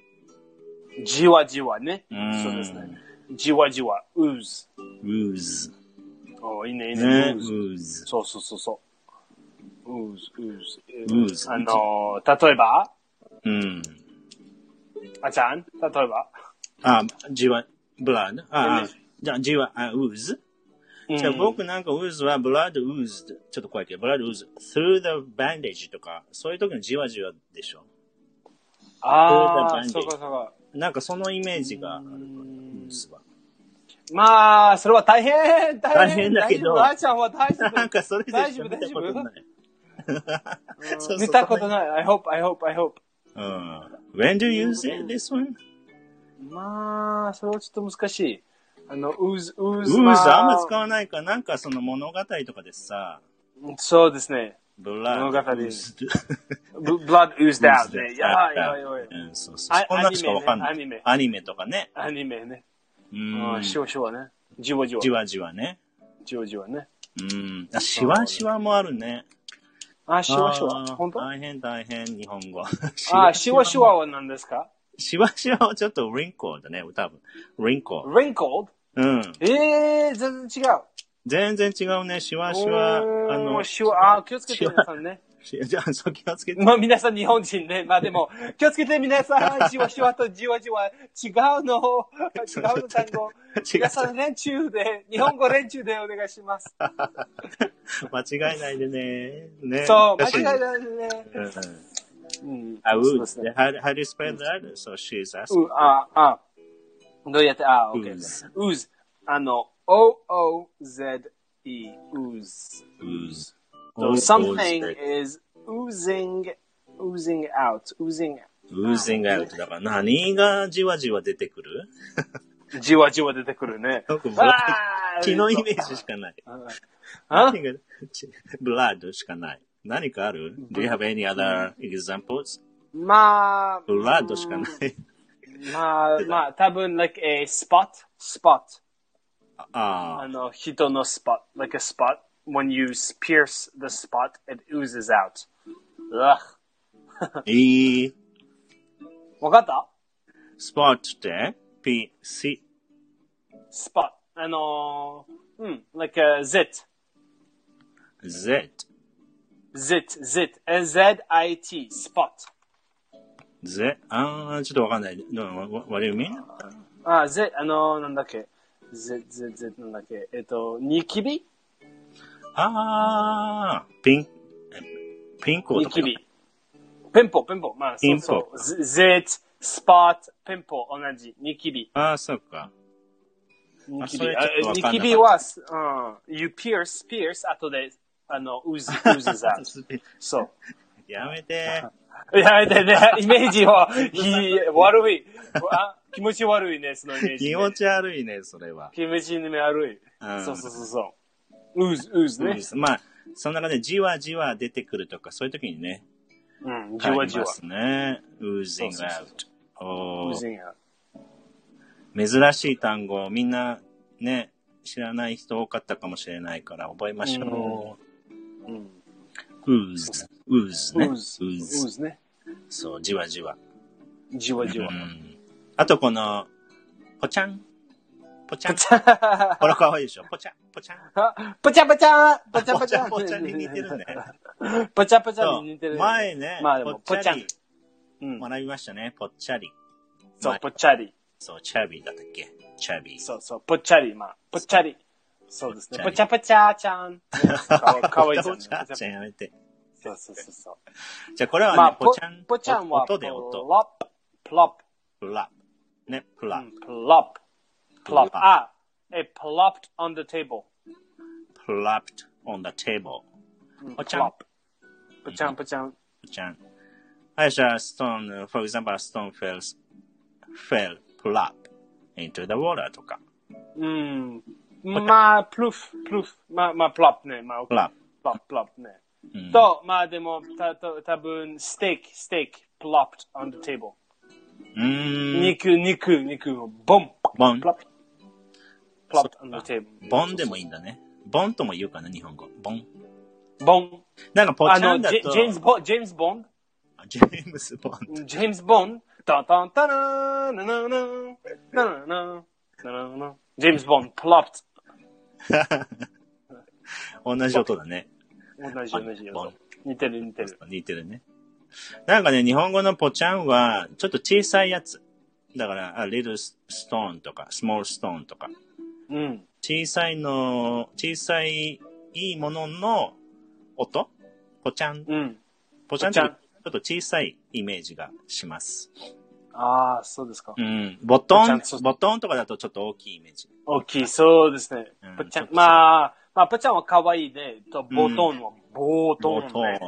じわじわね。
うん
そうですね。じわじわ、ooze。
ooze.
おーいいね、いいね
ね、。
ooze
ooze.
そうそうそうそう。ooze, ooze.
Ooze
あのー、例えば、
うん。
あちゃん、例えば。
あ、じわ、blood. あ、
ね
あじゃあ、じわ、あ、ooze.
うん
じゃあ僕なんか ooze は blood ooze ちょっと怖いけど blood ooze through the bandage とかそういう時のじわじわでしょ
あ
例えば
ー、そうかそうか。
なんかそのイメージがあるか
う
ら
ん
ooze は
まあ、それは大変、大変。
大変だけど
大丈夫あーちゃんは大丈夫。
なんかそれで
大
し
丈
か
夫
見たことないそうそう
見たことない。I hope, I hope, I hope.
うん When do you use it, this one?
まあ、それはちょっと難しい。あの、うず、うず、
ooze
ま
あんま使わないからなんかその物語とかでさ
そうですね。物
blood
語
ooze
Bl- Blood oozed out. ね
ooze
やばい、やばい、やばい。
うんそうそう
あ
こんなのしかわかんない
アニメね
アニメとかね
アニメね。
う
うんん、しわしわね。じわじわ
じ。わじわね
じわじわね。
うんあしわしわもあるね
あ、しわしわ
あ。ー
本当
大変大変、日本語。
あ、しわしわは何ですか
しわしわはちょっと wrinkle だね、多分。wrinkle。
?wrinkled?
うん。
ええー、全然違う。
全然違うね、しわしわ。あ
おー
の、
しわ、あー、気をつけて
しわ
皆さんね。
し じゃあ、そう気をつけて。
まあ皆さん日本人ね。まあで も、気をつけて皆さん、じわじわとじわじわ、違うのを、違うの単
違
語、
う
皆さん連中で、日本語連中でお願いします。
間違えないでね。ね。
そう、間違い
い。
ないですね。
うん、
うん。
あ、う
そ
ー
うで
です
ね。
how, how do you spell that? So she's asking.
う、あ、あ、どうやって、あ、オッケー。
Ooze
うず。あの、O-O-Z-E、うず。
Ooze
So
E。
something is oozing, oozing out, oozing
oozing out. だから何がじわじわ出てくる
じわじわ出てくる ね。
僕僕
あー
血のイメージしかない。
あ
blood しかない。何かある ?Do you have any other examples?
まあ、
blood しかない。
まあ、まあ、多分、like a spot, spot. あ
ああ、
の、人の spot, like a spot. When you pierce the spot, it oozes out. Ugh.
いい。
わかった
スポットって ?P、C、
スパッ。あのー、うん、like a zit,
Z、
zit, zit, z-i-t, spot.
Z、あー、ちょっとわかんない。どう what, what do you mean?
あ、zit、あのー、なんだっけ。zit, zit, zit, なんだっけ。えっと、ニキビ
あー、ピン、ピンコ
ニ
とか
キ。ビ。ペンポ、ペンポ。まあ、そうそう。zit, spot, ペンポ、同じ。ニキビ。
あー、そっか。
ニキ
そ
ビ。
れ
あ
ちょっとわかんな
ニ
かった
キビは、すうん、you pierce, pierce, あとで、あの、ooze, oozes out. そう。
やめて。
やめてね、イメージを、ひ悪い。あ気持ち悪いね、そのイメージね、
気持ち悪いね、それは。
気持ち悪い。
うん
そうそうそうそう。うず、うずね。
まあ、そんな中でじわじわ出てくるとか、そういう時にね、
うん、じわじ
ありま。
わ
すね。oozing
そうそう
out. お
う
ー
ずや。
珍しい単語、みんなね、知らない人多かったかもしれないから、覚えましょ
うん。
う。ooze, ooze ね。
うず、う
ooze
ずね。
そう、じわじわ。
じわじわ
う。んあとこの、ぽちゃん。ぽちゃん。
あ
これかわいいでしょ。ぽちゃん、ぽちゃん。
ぽちゃぽちゃぽちゃ
ぽ
ぽ
ち
ち
ゃ
ゃ
ん、ぽちゃんに似てるね。
ぽちゃぽちゃ
そう
に似てる。
前ね、
まあでも
ぽっちゃり
ぽっちうん。
学びましたね、ぽっちゃり。
そ
まあ
う、ぽっちゃり。
そう、チャビーだったっけチャビー。
そうそう、ぽっちゃり、まあ、ぽっちゃり。そうですね。
ぽ
ぽ
っ
ちゃぽちゃちゃん。ねかわか わいいじゃん。
ぽちゃちゃんやめて。
そうそうそうそう。
じゃあこれはね、
まあ、
ぽ
ぽ
ちゃん、
ぽちゃんは、
音で
プ
音。
ロップ、プロップ。
プラ。ね、プラ。
うんプロップ、プロップ。
プロップ
あ、it plopped on the table.
プラプト on the table。ぽちゃん
プロップぽちゃんぽちゃん。
ぽちゃん。はい、じゃあ、stone, for example, a stone fell, fell, plop into the water とか。
うん。まあ、プルフ、プルフ。まあ、まあ、プロップね。まあ、
プラ。
プロップ、プロップね。
うん
と、まあでも、た、た、多分ステーキ、ステーキ、plopped on the table.
うーん。
肉、肉、肉、ボン、
ボン
プ。ロップ。plopped on the table.
ボンでもいいんだね。ボンとも言うかな、日本語。ボン。
ボン。
なんか、ぽ
あ
ちゃん
の、ジ
だと、
ェジェームズ・ボン、ジェームズ・ボン
ジェームズ・ボン。
ジェームズ・ボン、タタンタラーン、ナナナン、ナナナン、ナナナン、ジェームズ・ボン、プロップ。
同じ音だね。
同じ同じ
ボン
よ。似てる似てる。
似てるね。なんかね、日本語のポチャンは、ちょっと小さいやつ。だから、あ、little stone とか、small stone とか。
うん。
小さいの、小さい、いいものの音ポチャン。
うん。
ポチャンって
ポチャ
ちょ
ン
っと小さいイメージがします。
ああ、そうですか
う。ん。ボト
ポチャ
ン
ンそう、
ボトンとかだとちょっと大きいイメージ。
大きい、そうですね
うん。
ぽっち
ち
ゃ
ょっ
ん。
と
まあ、まあ、ぽっちゃんは可愛いで、と、
ん
ボートンは、ボートンね。
ボートン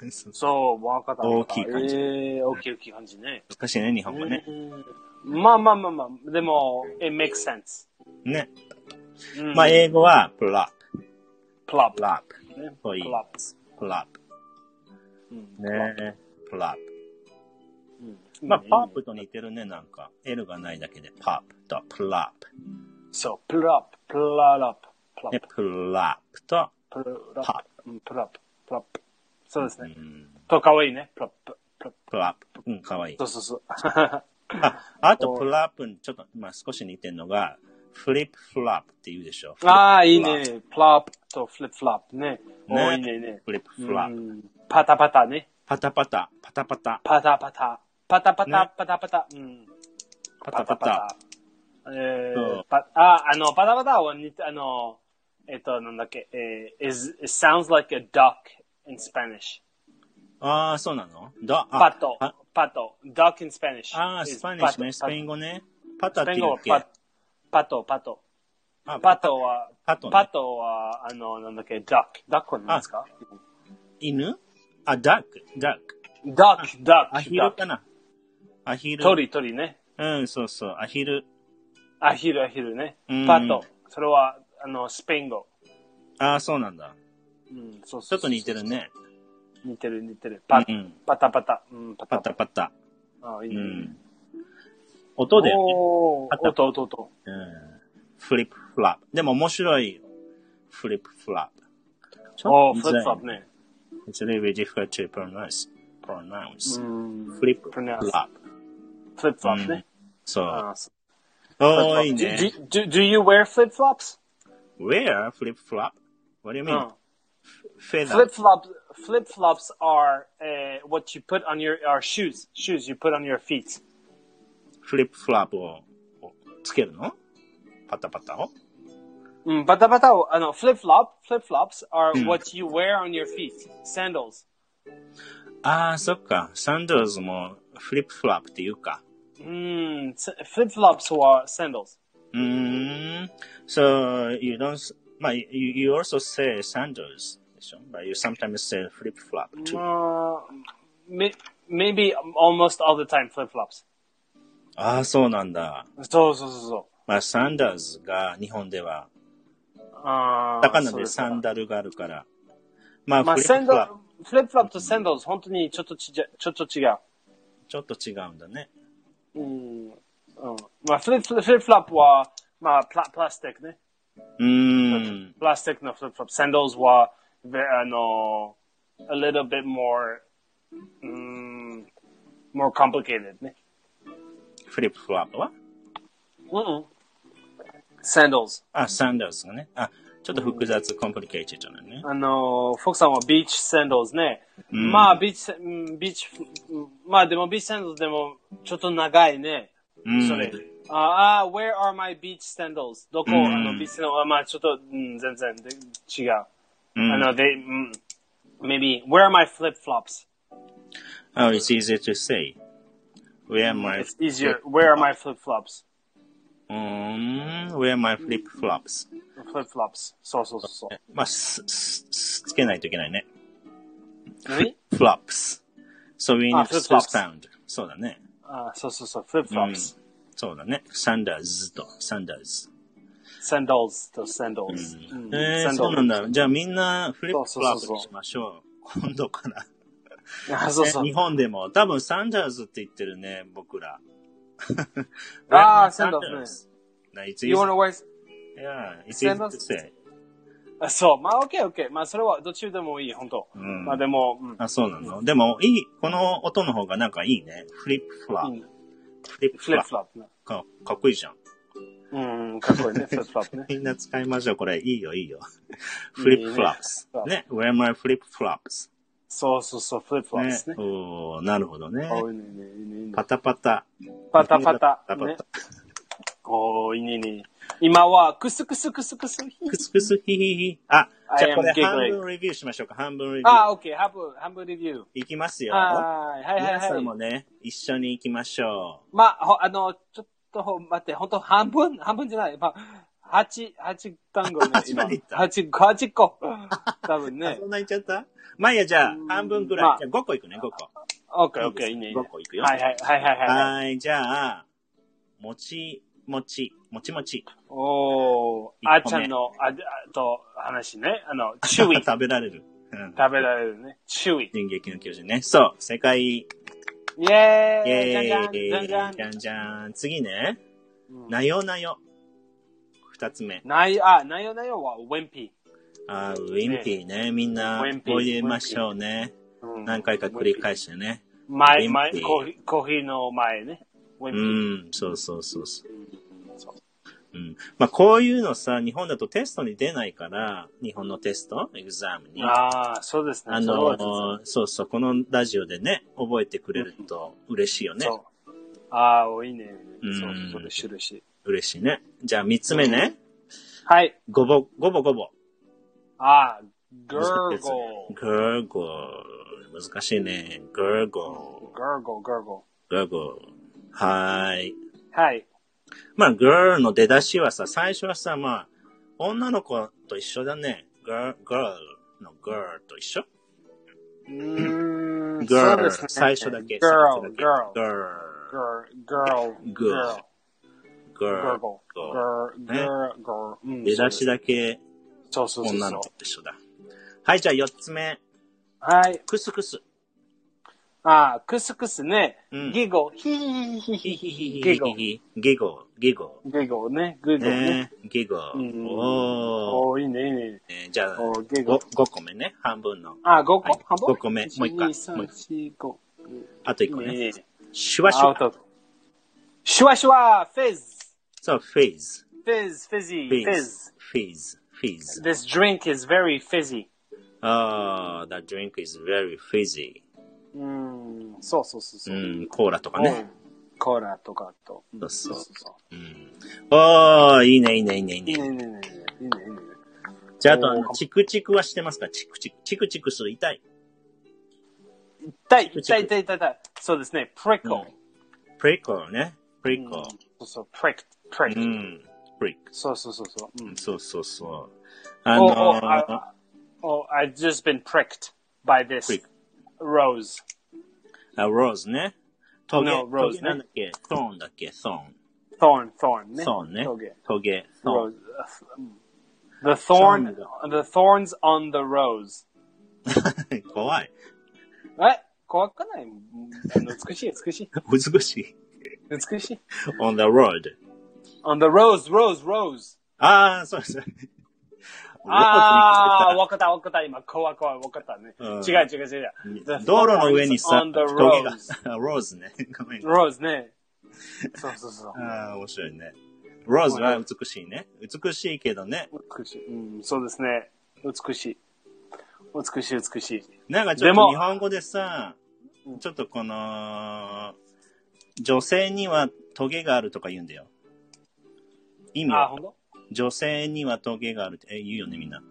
ボン。そう、わかった。わかった
大きい感じ
ええ、大きい大きい感じね。
難しいね、日本語ね。
うんまあまあまあまあ、でも、it makes sense.
ね。
うん
まあ、英語は、プラ
プロッ
プ、プ
プ。
ラップ、
ね
こういう
プロップ。
プラップ。
うん
ね。プラップ。
うん
まあ、パープと似てるね、なんか。L がないだけで、パープとプラップ。
そう、プロップ、プロップ、プロッ
ね
プ、
プラップと、
プロッ
パ
プ、うんプロップ、プロップ。そうです
う
ね。
ん、
と、かわいいね。プロップ、プロッ
プラップ。うん、かわいい
プ。そ。うそう そう。
あ、あと
お
プラップにちょっと、まあ少し似てるのが、フリップフラップって言うでしょ。
ああ、いい
フリップ
ね。プロップとフリップフラップね。おーいいね、いいね。
フリップフラップ。
うんパタパタね。
パタパタ、パタパタ、
パタパタ。パタパ
ね
タ、パタパタ。うん。
パタパタ。。
え
そ
ー
う、
パあ、あの、パタパタは似て、あの、えっと、なんだっけ、えー、is, Eh, it sounds like a duck in Spanish.
ああ、そうなのだ、あ
パト
あ、
パト、duck in Spanish.
あー、
is
スパニッシュね、
pato
スペイン語ね。パタっ
スペ
て
イン
言
語
う
は
っけ
パパト、パト。
あ
パトは、
パトね
パトは、あの、なんだっけ、duck。duck は何ですか
犬あ、ダック、ダック。
duck, duck,
アヒルか
duck.
なアヒル。
鳥、鳥ね。
うん、そうそう、アヒル。
アヒル、アヒルね
うん。
パト。それは、あの、スペイン語。
ああ、そうなんだ。
うん、そう
ち
そ
ょ
う
っと似てるね。
似てる、似てる。パ
うんうん
パタパタ。うん、パ
パ
タ
タパ
パ
タ。
タ。あいういねいいね
ん。音で、
お
パタ
ー、音、音、音。
うん、フリップフラップ。でも面白いフリップフラップ。ち
お
ょ
ー、
っ
フ
と
リップアップね。
It's a little bit difficult to pronounce. pronounce.
うん
フリップフ
プロナウンス
ラップ。
フリップフロップね。
そう。
あーそ
おーいい
flip-flop
ね。
Do, do, do you wear flip flops?
Where? Flip flop? What do you mean? Feather.
Flip flops, flip flops are uh, what you put on your are shoes. Shoes you put on your feet.
Flip flop ををつけるのパタパタを
うん、バタバタを、あの、flip flop, flip flops are
ん
what you wear on your feet. Sandals.
ああ、そっか。サンドルズもフリップフラップって言うか。
うん、flip flops are sandals.
うーん。So, you don't, s- まあ、you, you also say sandals でしょ But you sometimes say flip flop too.
まあ、may- Uh, maybe almost all the time flip flops.
ああ、そうなんだ。
そうそうそうそう。
まあ、サンダルズが日本では、
あー
高菜
そう
ですサ
か
ンダルがあるから。まあ、
まあ、
フリ
セ
ッ
ン
プフ
ド
ラップ、
フリップフラップとセンドルズ、本当にちょっとちじゃちょっと違う。
ちょっと違うんだね。
うん。うん、まあ、フリップ、フリップフラップは、まあ、プラプラスティックね。
うーん。
プラスティックのフリップフラップ。センドルズは、べあの、a little bit more, うん、more complicated ね。
フリップフラップは
うんうん。センドルズ。
あ、サンダルズがね。あ、ちょっと複雑、コンプリケイティッドなのね。
あの、フォクさんはビーチセンドルズね。
うん
まあ、ビーチセ、うんビーチ、うんまあでもビーチセンドルズでもちょっと長いね。
うん。
それ。ああ、where Uh, ah, are my beach sandals? どこ、
うん
あの、ビーチの、まあちょっと、うん、全然で違う。
うん
あの、で、うん、maybe, where are my flip flops?
Oh, it's easy to say. Where my
It's easier. Where are my flip flops?
Mm, where my flip flops?
flip flops. そうそうそうそう。
まあ、す、す、すつけないといけないね。
何
flops. So we need
あ
to
flip-flops
sound. そうだね。
あそうそうそう、flip
うん
flops。
そうだね。sandals と sandals。
sandals と sandals。うん
Mm. えー、
sandals
そうなんだ。じゃあみんなフリップフラ
そうそう
ップ
そう
にしましょう。今度から。
あそうそう
ね日。本でも。多分サンダーズって言ってるね、僕ら。
あーサンダーズ
ね。It's easy.
You wanna wear uh,
Yeah, it's easy to
sandals
say.
あそう、まあ、オッケーオッケー。まあ、それはどっちでもいい、本当。
うん
まあ、でも、うん。
あ、そうなのでも、いい、この音の方がなんかいいね。フリップフラップ。フリップ
フ
フ
リッ
ラ
プ
ッ
フラップね。
プ。かかっこいいじゃん。
うん、かっこい いね、フリップフラップね。
みんな使いましょう、これ。いいよ、いいよ。フリップフラップス
いい。ね
ね。Where my flip flops?
そうそうそう、フリップフラップ
ね
ですね。。
おーなるほどね。
おいいねいいねいいねいいね
パタパタ。
パタパタ
パタパ
ね
タ。
おーいいねいいね。今は、クスクス クスクス。
クスクスヒヒヒ。あ、じゃ
I am
あこれ
giggling.
半分レビューしましょうか。半分レビュー。
あー、オッケー、半分、半分レビュ
いきます
ー。
よ。
はーい、はい
皆
はい
さ
は
ん
い
も。ね、一緒に行きましょ
まあ、ほあの、ちょっとほ待って、本当半分、半分じゃない。まあ、8、8単語ね、今。
八までいった
8、8個。多分
う。あ
ね
そ。んな行っちゃったまあいいや、じゃあ、半分く
ま
ら
あ
い。じゃあ5個行くね、5個。
オッケーオッケー、いいねいいね
5。個行くよ。
はいはいはいはいはい。はい
はい、じゃあ、もち、もち、もちもち。
おー、
一個目
あーちゃんの、あ、あと、話ね。あの、チュイ。食
食べられる。うん。
べられるね。チュイ。
電撃の巨人ね。そう、世界、
イェ
イ
ーイじゃんじゃん、
ェーイ
じゃんじ
じ
ゃ
ゃ
ん
んじゃん。次ね、
うん。
なよなよ。二つ目。
内容、あ、内容内容は、ウェンピ
あーウィンピーね。みんな
ウィン、ピー
覚えましょうね。
ー。うん
何回か繰り返してね。
前、
Wimpy
前、コーヒーコーヒーの前ね。ウェン
う
ピ
ん、
ー。
そうそうそうそう。
そう
うん。まあ、こういうのさ、日本だとテストに出ないから、日本のテスト、エグザムに。
ああ、そうですね。
あ
それ
の
は全然
ー、そうそう、このラジオでね、覚えてくれると嬉しいよね。
そう。ああ、多いね。
うん
そう、そうです、しるし。
嬉しいね。じゃあ、三つ目ね。
はい。
ごぼ、ごぼごぼ。
ああ、グ
難
ー
しい
ゴー。
グーゴー。難しいね。グーゴ
グーゴー、グーゴ
ー。グーゴー。はーい。
ー。はい。
まあ、グーの出だしはさ、最初はさ、まあ、女の子と一緒だね。グー、グーのグーと一緒
うー
グ
ん、
ー
そうですね。
最初だけ。
グー
最
ル、
初
グ
だ
ー
け。
ル、
グ
グール、
グ
グ
ール
ール。
ー。グー。
グーゴー。グー、グ
ね
ー、グー。うん
出だしだけ
そうそうそう
女
そ
の
う
子。と一緒だ。はい、じゃあ四つ目。
はい。
クスクス。
ああ、クスクスね。
うん
ギゴ、ヒーヒーヒーヒー
ヒヒヒヒヒ
ギゴ
ヒ。ギゴ、ギゴ。
ギゴね、グーゴね。
ねギゴ。
うん
おー。
おー、いいね、いいね。
えーじゃあ、
おーギゴ
ご。5個目ね。半分の。
あ、5個
はい
半分
五個目もう一回
1、2、3、4、5。
あと1個
いい
ね。
ね。
シュワシュ
アウ
ワ。
ト。シュワシュワフィズ
そう、fizz。
フィズフィジーフィズ
fizz。fizz. fizz.
This drink is very fizzy.
Oh, that drink is very fizzy.
うん、そうそうそうそうう。
ん、コーラと
Oh,
かね。
うんコーラとかと。
そうそう。
そ
うん。おー、いいね、いいね、いいね、いいう
いい
ね。
ねいいねいいねいいねいいね。
じゃあ、あと、あ
お
の、
ー
チクチクはしてますかチクチク。チクチクする、痛い。
痛い痛い痛い痛い痛い。そうですね。プリコ。
うんプリコね。プ
Mm,
リコ。
そうそう、プリップリ
う
ッ
ん。プリ
そうそうそうそう。うん
ク。そうそうそう。あ
oh,
の
oh,
ー
I, oh, I've just been pricked by this
Prick.
rose.
あ、ローズね。トゲ、
No,
ト
rose
ゲ
ね
なんだっけソーンだっけソーン。
Thorn, thorn. ね
ソーンね
トゲ。
トゲ、ソー
Rose.
ン。
The thorn,
ソーンが。
the thorns on the rose.
怖い。
え怖くないあの美しい、美しい。
美しい。
美しい。
on the road.
on the rose, rose, rose.
ああ、そうです。
ああ、わかった、わかった。今、怖い、怖い、わかったね。
うん
違う、違う、違う。The
道路の上にさ、
thorns on
トゲ
the
が
rose.、
ローズね。ごめん。
rose ね。そうそうそう。
ああ、面白いね。ローズは美しいね。美しいけどね。
美しい。うん、そうですね。美しい。美しい、美しい。
なんかちょ
で
っと
も
日本語でさ
うん、
ちょっとこの、女性にはトゲがあるとか言うんだよ。意味
あ、
は
ほんと
女性にはトゲがあるって、え、言うよね、みんな。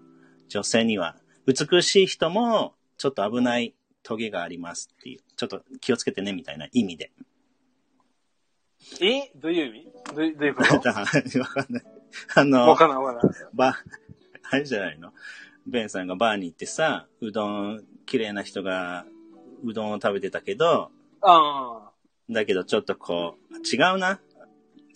女性には。美しい人も、ちょっと危ないトゲがありますっていう。ちょっと気をつけてね、みたいな意 味で。
えどういう意味どうどういう こ
だ
と
からわかんない。あ
わ
の、
かんない、わかんない。
ば、あれじゃないのベンさんがバーに行ってさ、うどん、綺麗な人が、うどんを食べてたけど、
あ
だけどちょっとこう、違うな。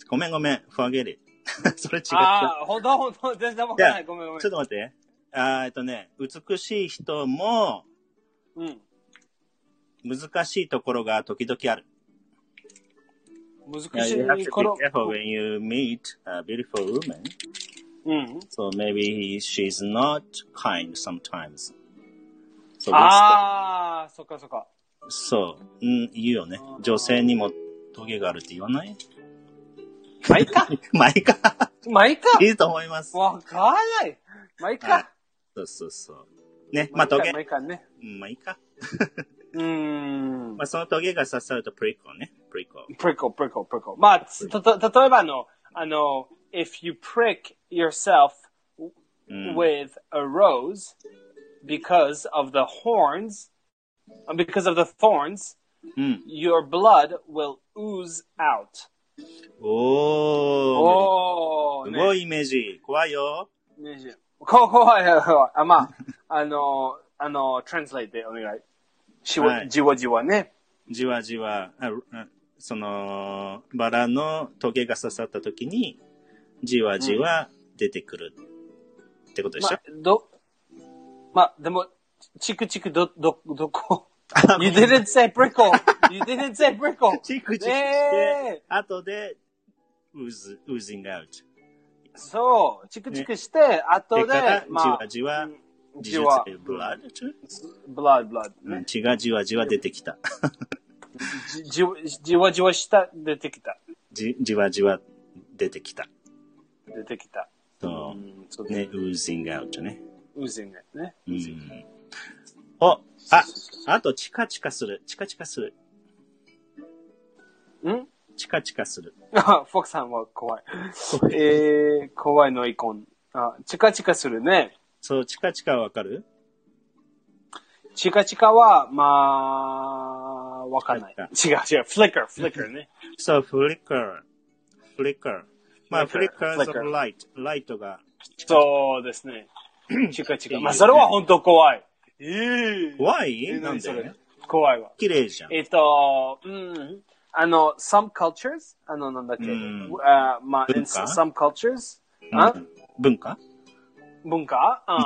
ごめんごめん、フォーゲリ。 それ違っ
あ。
た。
ああ、ほんとほんと、全然わかんない。ごめんごめん。
ちょっと待って。あーえっとね、美しい人も、
うん。
難しいところが時々ある。
難し
Yeah, you have
い
to
こ
be
の。
careful when you meet a beautiful woman.
うん。
So maybe she's not kind sometimes. So that's
ああ、そっかそっか。
the- そう、うん、言うよね。女性にもトゲがあるって言わない
まあいいか。
まあいいか。
まあいいか。
いいと思います。
わかんない。まあい
はい
いか。
そうそうそう。ね、まあトゲ
まあ。いいかね。
うんまあいいか。
うーん
ま。あそのトゲが刺さるとプリコね。プリコ。
プリコ、プリコ、プリコ。まあ、つと、と、例えばあの、あの、if you prick yourself
うん。
with a rose because of the horns, because of the thorns,
うん。
your blood will ooze out.
おー。
お
す
ー、
ご
ね、
いイメージ。怖いよ。
ねじこ怖い、怖い。あ、まあ、あの、あの、translate でお願い。し
は
わ、
い
じわじわね。
じわじわ、ああその、バラのトゲが刺さった時に、じわじわ出てくるってことで
ま
しょ
あ、ど、まあ、でも、チクチクど、ど、どこ ?You didn't say prickle! You didn't say prickle!
チクチクして、
ねえ
後で、うず、うずんがうち。
そう、チクチクして、
で
後
か
で
ら、、
まあ、
じわじ
じ
わ
わ、
自術ブラッド
ブラッド、ブラッド。ね、
血がじわじわ出てきた。
じじじわじわした、出てきた。
じ、じわじわ出てきた。
出てきた。
そうう。
ん、そうね。
ね、うずんがうちね。
ウゼンがね。
うん。お、あ、あと、チカチカする。チカチカする。
ん
チカチカする。
あ、フォクさんは怖い。えー、怖いのイコン。あ、チカチカするね。
そう、チカチカわかる
チカチカは、まあ、わかんない。違う違う。フリッカー、フリッカーね。
そう、フリッカー。フリッカー。まあ、フリッカー
Flicker
ズライト。ライトが。
そうですね。チカチ
いい
カ。
ね
まあ、それは本当怖い。ええ
怖い
え
なん
何
で
それ怖いわ。
綺麗じゃん。
えっと、うん。あの、some cultures? あの、なんだっけ、
うん
あまあ、in
文化
some cultures? あ
うん文化
文化、うん、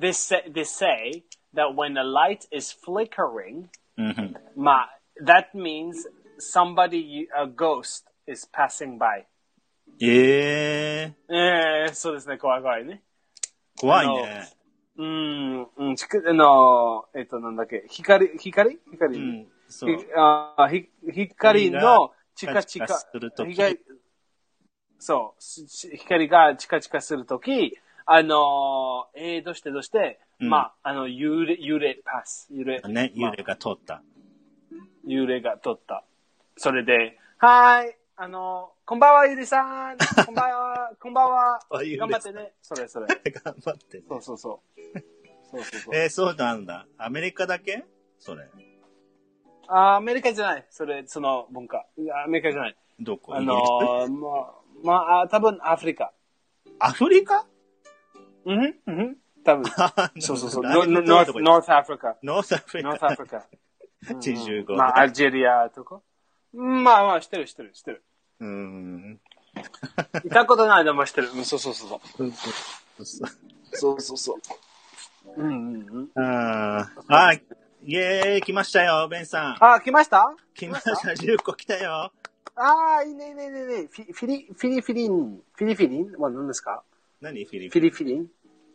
they, um, say, they say that when a light is flickering,
うんうん。
まあ、that means somebody, a ghost is passing by. Eh,
ええ
ええそうですね、怖い怖いね。
ー、怖いね。
うん、うん、ちく、あの、えっ
Mm.
と、なんだっけ、光、光光、
うん、そう。
ひあひ光の
チ
チカチカ
す。るとき。
光そうすし、光がチカチカするとき、あのー、えー、どうしてどうして、
うん
まあ、あの、幽霊、幽霊パス、幽霊、
ね、
まあ
幽霊が通った。
幽霊が撮った。それで、はーい、あのー、こんばんは、ゆりさん、こんばん は、こんばんは、
あ幽霊
頑張ってね、それそれ。
頑張ってね。
そうそう そう。そうそうそう。
えー、そうなんだ。アメリカだけそれ。
あーアメリカじゃない、それ、その文化。いやアメリカじゃない。
どこ
あ
イギリ
の
ス
ー、まあ、まああ、多分アフリカ。
アフリカ
うんふんうんふん多分。 そうそうそう。ノ
ノ
ノノ
ー
ー
ス
ス、ノースアフリカ。
ノースアフリ
ノースア
カ
フ。リカ。
85
まあ、アルジェリアとか。まあまあ、知ってる知ってる知ってる。
うーん。
行ったことないでも知ってる。うんそうそうそうそう。そうそうそう。うんうんうん。
あーあー、イェーイ、来ましたよ、ベンさん。
あ、来ました
来ました、10個来たよ。
ああ、いいねいいねいいねいいね。フィフィリ、フィリフィリン。フィリフィリンは何ですか
何フィリ
フ
ピ
ィ
ン。
リフィリン。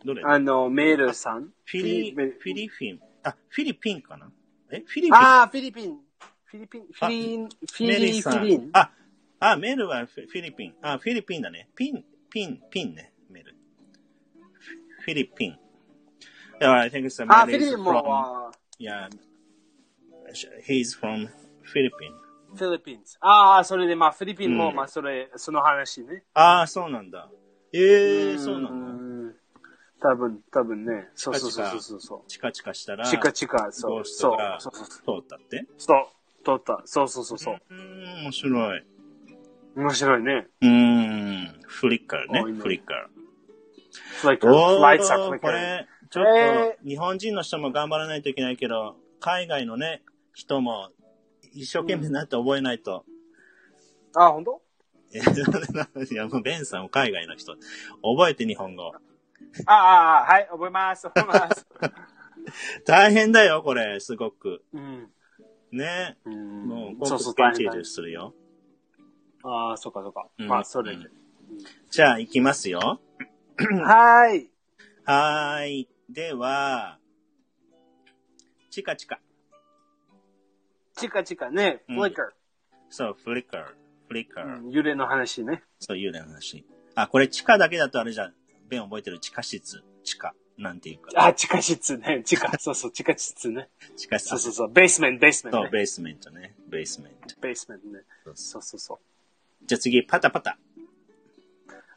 どれフ
あの、メールさん。
ィリ、フ
メール
ィリピン。あ、フィリピンかなえ、フィリピン。
ああ、フィリピン。フィリピン、フィリン、フ
メ
ィ
リー
リフ
さん
ィリン。
あ、あ、メルはフィフィリピン。あ、フィリピンだね。ピン、ピン、ピンね、メル。フィリピン。Yeah, I think it's a
あ、フ
Mary
ィ
is
リピ
from-
ンも、あー
Yeah. He's from Philippines.
フィリピンズ。ああ、それで、まあ、フィリピンも、
うん
まあ、それ、その話ね。
ああ、そうなんだ。ええー、そうなんだ。
んだ。多分、多分ね。そうそうそう
チカチカ
そうそう。
チカチカしたら、
チカチカ、そ
ゴー
う、
ス
そ
ト
う
が、通
そうそうそう
ったって。
そう、撮った。そうそうそうそう。
うーん、面白い。う
面白いね。
ーん、フリッカーね
多い、ね
フリッカー。
フライト、フ
お
ライトサッ
ー、
プ
これ、ちょっ
え
と、日本人の人も頑張らないといけないけど、海外のね、人も、一生懸命になって覚えないと。
あ、本当？
え いや、もうベンさんも海外の人。覚えて日本語。
ああ、あはい、覚えます、覚え ます。
大変だよ、これ、すごく。
うん。
ね。
うん
もう、
そうそう、
コン
大
プリケ
変
ー
だ
ティブするよ。
ああ、そうかそうか。
うん
まあ、それで。
じゃあ、行きますよ。
はーい。
はーい。では、チカチカ。
チカチカね、
うん
フリッカ
そう、フリッカー。フリッカ
ー
ー。
うん。揺れの話ね。
そういうね話。あ、これ地下だけだとあれじゃん。ベン覚えてる地下室。地下。なんていうか。
あ、地下室ね。地下、そうそう、地下室ね。
地下室。
そうそうそう、ベースメント、ベースメン
そ
ト
う、。ベースメントね。ベースメント。
ベースメントね。
そうそ
そうそうそう。
うじゃあ次、パタパタ。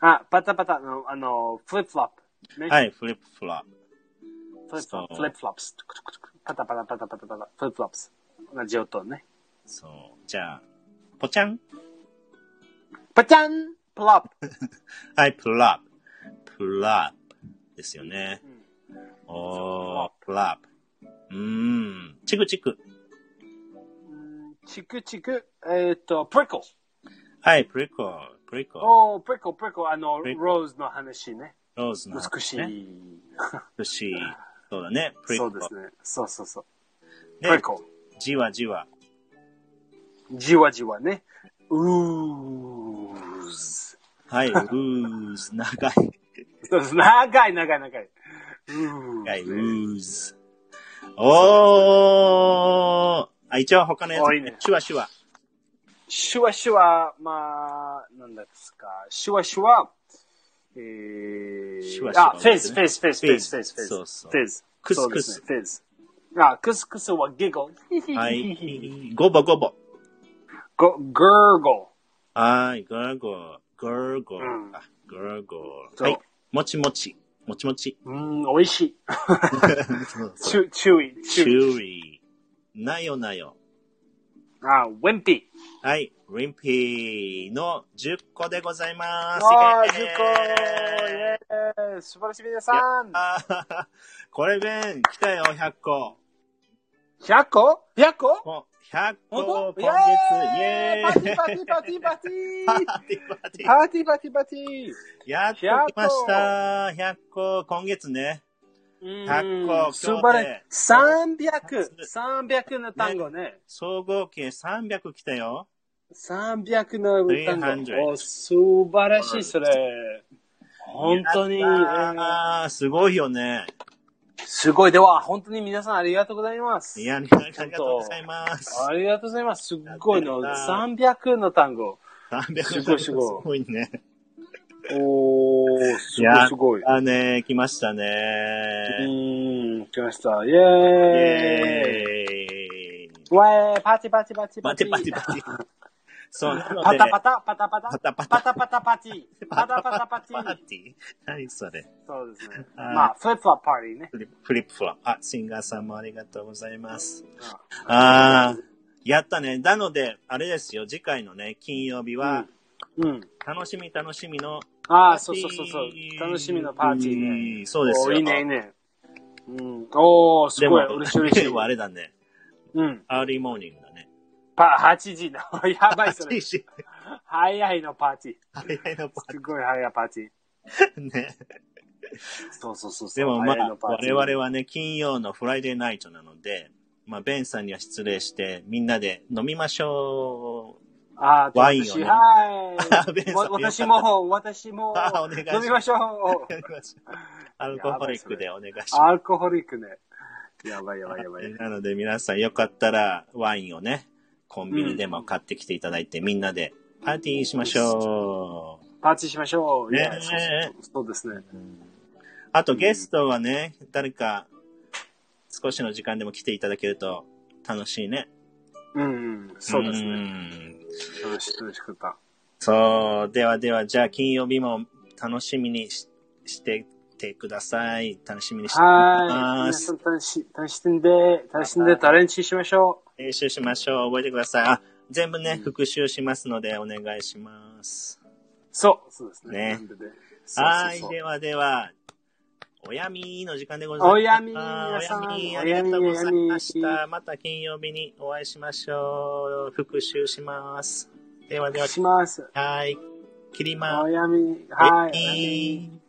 あ、パタパタの、あの、フリップフロップ。ね。
はい、フリップフラップ。
フリップフロッ
そ
プ。
う
フリップフロップス。トゥクトゥクトゥクパタパタパタパタパタ。フリップフロップス。同じ音ね。
そう。じゃあ、ポチャン。
パチャンプロップ。
はい、プラップ。プラップ。ですよね。おー、プラップ。うーん。チクチク。
うんチクチク、えっと、プリコ。
はい、プリコ。プリコ。
おー、プリコ、プリコ。あの、
Prickle
ローズの話ね。
ローズの、
美しい。
ね。美しい。そうだね。プリ
そ
コ。
うですね。そうそうそう。プ
で
リコ。
じわじわ。
じわじわね。うーず。
はい、うーず。長い。
そうです長い長い長い。うー
長い、う
ず。
ーず。おーあ、一応他のやつ、
おいいね
シュワシュワ。
シュワシュワ、まあ、なんですか。シュワシュワ。えー、
シュワシュワ
あ、フェズ、フェズ、フェズ、フェズ、フェズ、フェズ。
そうそう
フェズ。
クス
そうで
クス
すねフェズ。あ、クスクスはギゴル。
は。 い。ごぼごぼ。
ゴ、グーゴ。
はい、グーゴー。グーゴー
うん。
あグーゴー。
そう
はい。もちもち。もちもち。
うん、美味しい。チュ、チュイ、チ
チ
ュイ。
ューリー。なよなよ。
あ、ウェンピ
はい。リンピーの10個でございま
ー。
す。
あ
イ
ー、
ェー
ジュ
イ
コーイェーイ素晴らしい皆さん
あーこれベン、来たよ、100個。
!100 個 ?100 個
もう100個
本
を
当
今月、イェーイ
パーティーパーティーパーティーパーティー
パーティーパーティー
パーティーパーティーパーティー
やっと来ました。100個、今月ね。100個今日で
素晴らしい。300、300の単語ね。
総合計300来たよ。
300の単
300
語。お素晴らしい、それ。本当に。
ああ、すごいよね。
すごい。では、本当に皆さんありがとうございます。
いや、ありがとうございます。
ありがとうございます。すっごいの。
やった
300の単語。
300
すごいすごい
すごいね。
おー、すごいすごい。
あ、ね、来ましたね。
うーん、来ました。イェーイ
イェーイ
わーい、パチパチパチ
パ
パチ。
チパチパ チ。そうなの
パ
で、
タパタ、パタパタ、
パタパタ
パタパタパチ。パタパタパチ。
パーティー何それ
そうですね。
はい
まあ、フリップはパーティーね。
フリップフリップフラップ。あ、シンガーさんもありがとうございます。
う
ああ、やったね。なので、あれですよ、次回のね、金曜日
ん
は、
うん。うん
楽しみ楽しみの
あ
パ
あ、
ーテ
そ
ィー、
うそうそうそう。楽しみのパーティーね。
ね。そうです
お
よ。
ーいいね、いいね。うん。おー、す
で
ごい。
も、
嬉しい、嬉しい。
あれだね。
うん。
アーリーモーニングだね。
パ、8時の。 やばい、そ
い
れ
い。し、
早いのパーティー。
早いのパ
すごい早いパーティー。
ーティーね。
そうそう そうそう。
でもま
早い
あ
の、パーテ
我
ィー
々はね、金曜のフライデーナイトなので、まあ、ベンさんには失礼して、みんなで飲みましょう。
あー
ワインを
私
ねあベン
は
さ
い。
ん
わ私も、私も
あ ーお願いし、ます
飲みましょう。
やりましょうアルコホリックでお願いします。
アルコホリックね。やばいやばいやばい。
なので皆さんよかったらワインをね、コンビニでも買ってきていただいて、みんなでパーティーしましょう。
パーティーしましょう。い
ね
やそうそうそうですね。
あとゲストはね、誰か少しの時間でも来ていただけると楽しいね。
うん、うん、そうですね。
ん
楽し楽しかった。
そう、ではでは、じゃあ金曜日も楽しみにししててください。楽しみにして
はい。
ま
皆
す
さん。楽し楽しんで、楽しんでトレンチしましょう。
練習しましょう。覚えてください。あ、全部ね
う、ん
復習しますのでお願いします。
そう、そうですね。
ね
全部で
はい、
そうそうそう
ではでは、おやみの時間でございます。
おやみ、
あー
皆さん。
おやみ、あ
お
り
や
が
み、
とう
お
ござ
や
い
み。
ました。また金曜日にお会いしましょう。復習します。ではでは、
します。
はい、切りま
お
ーす。
やみ、はい。
おやみ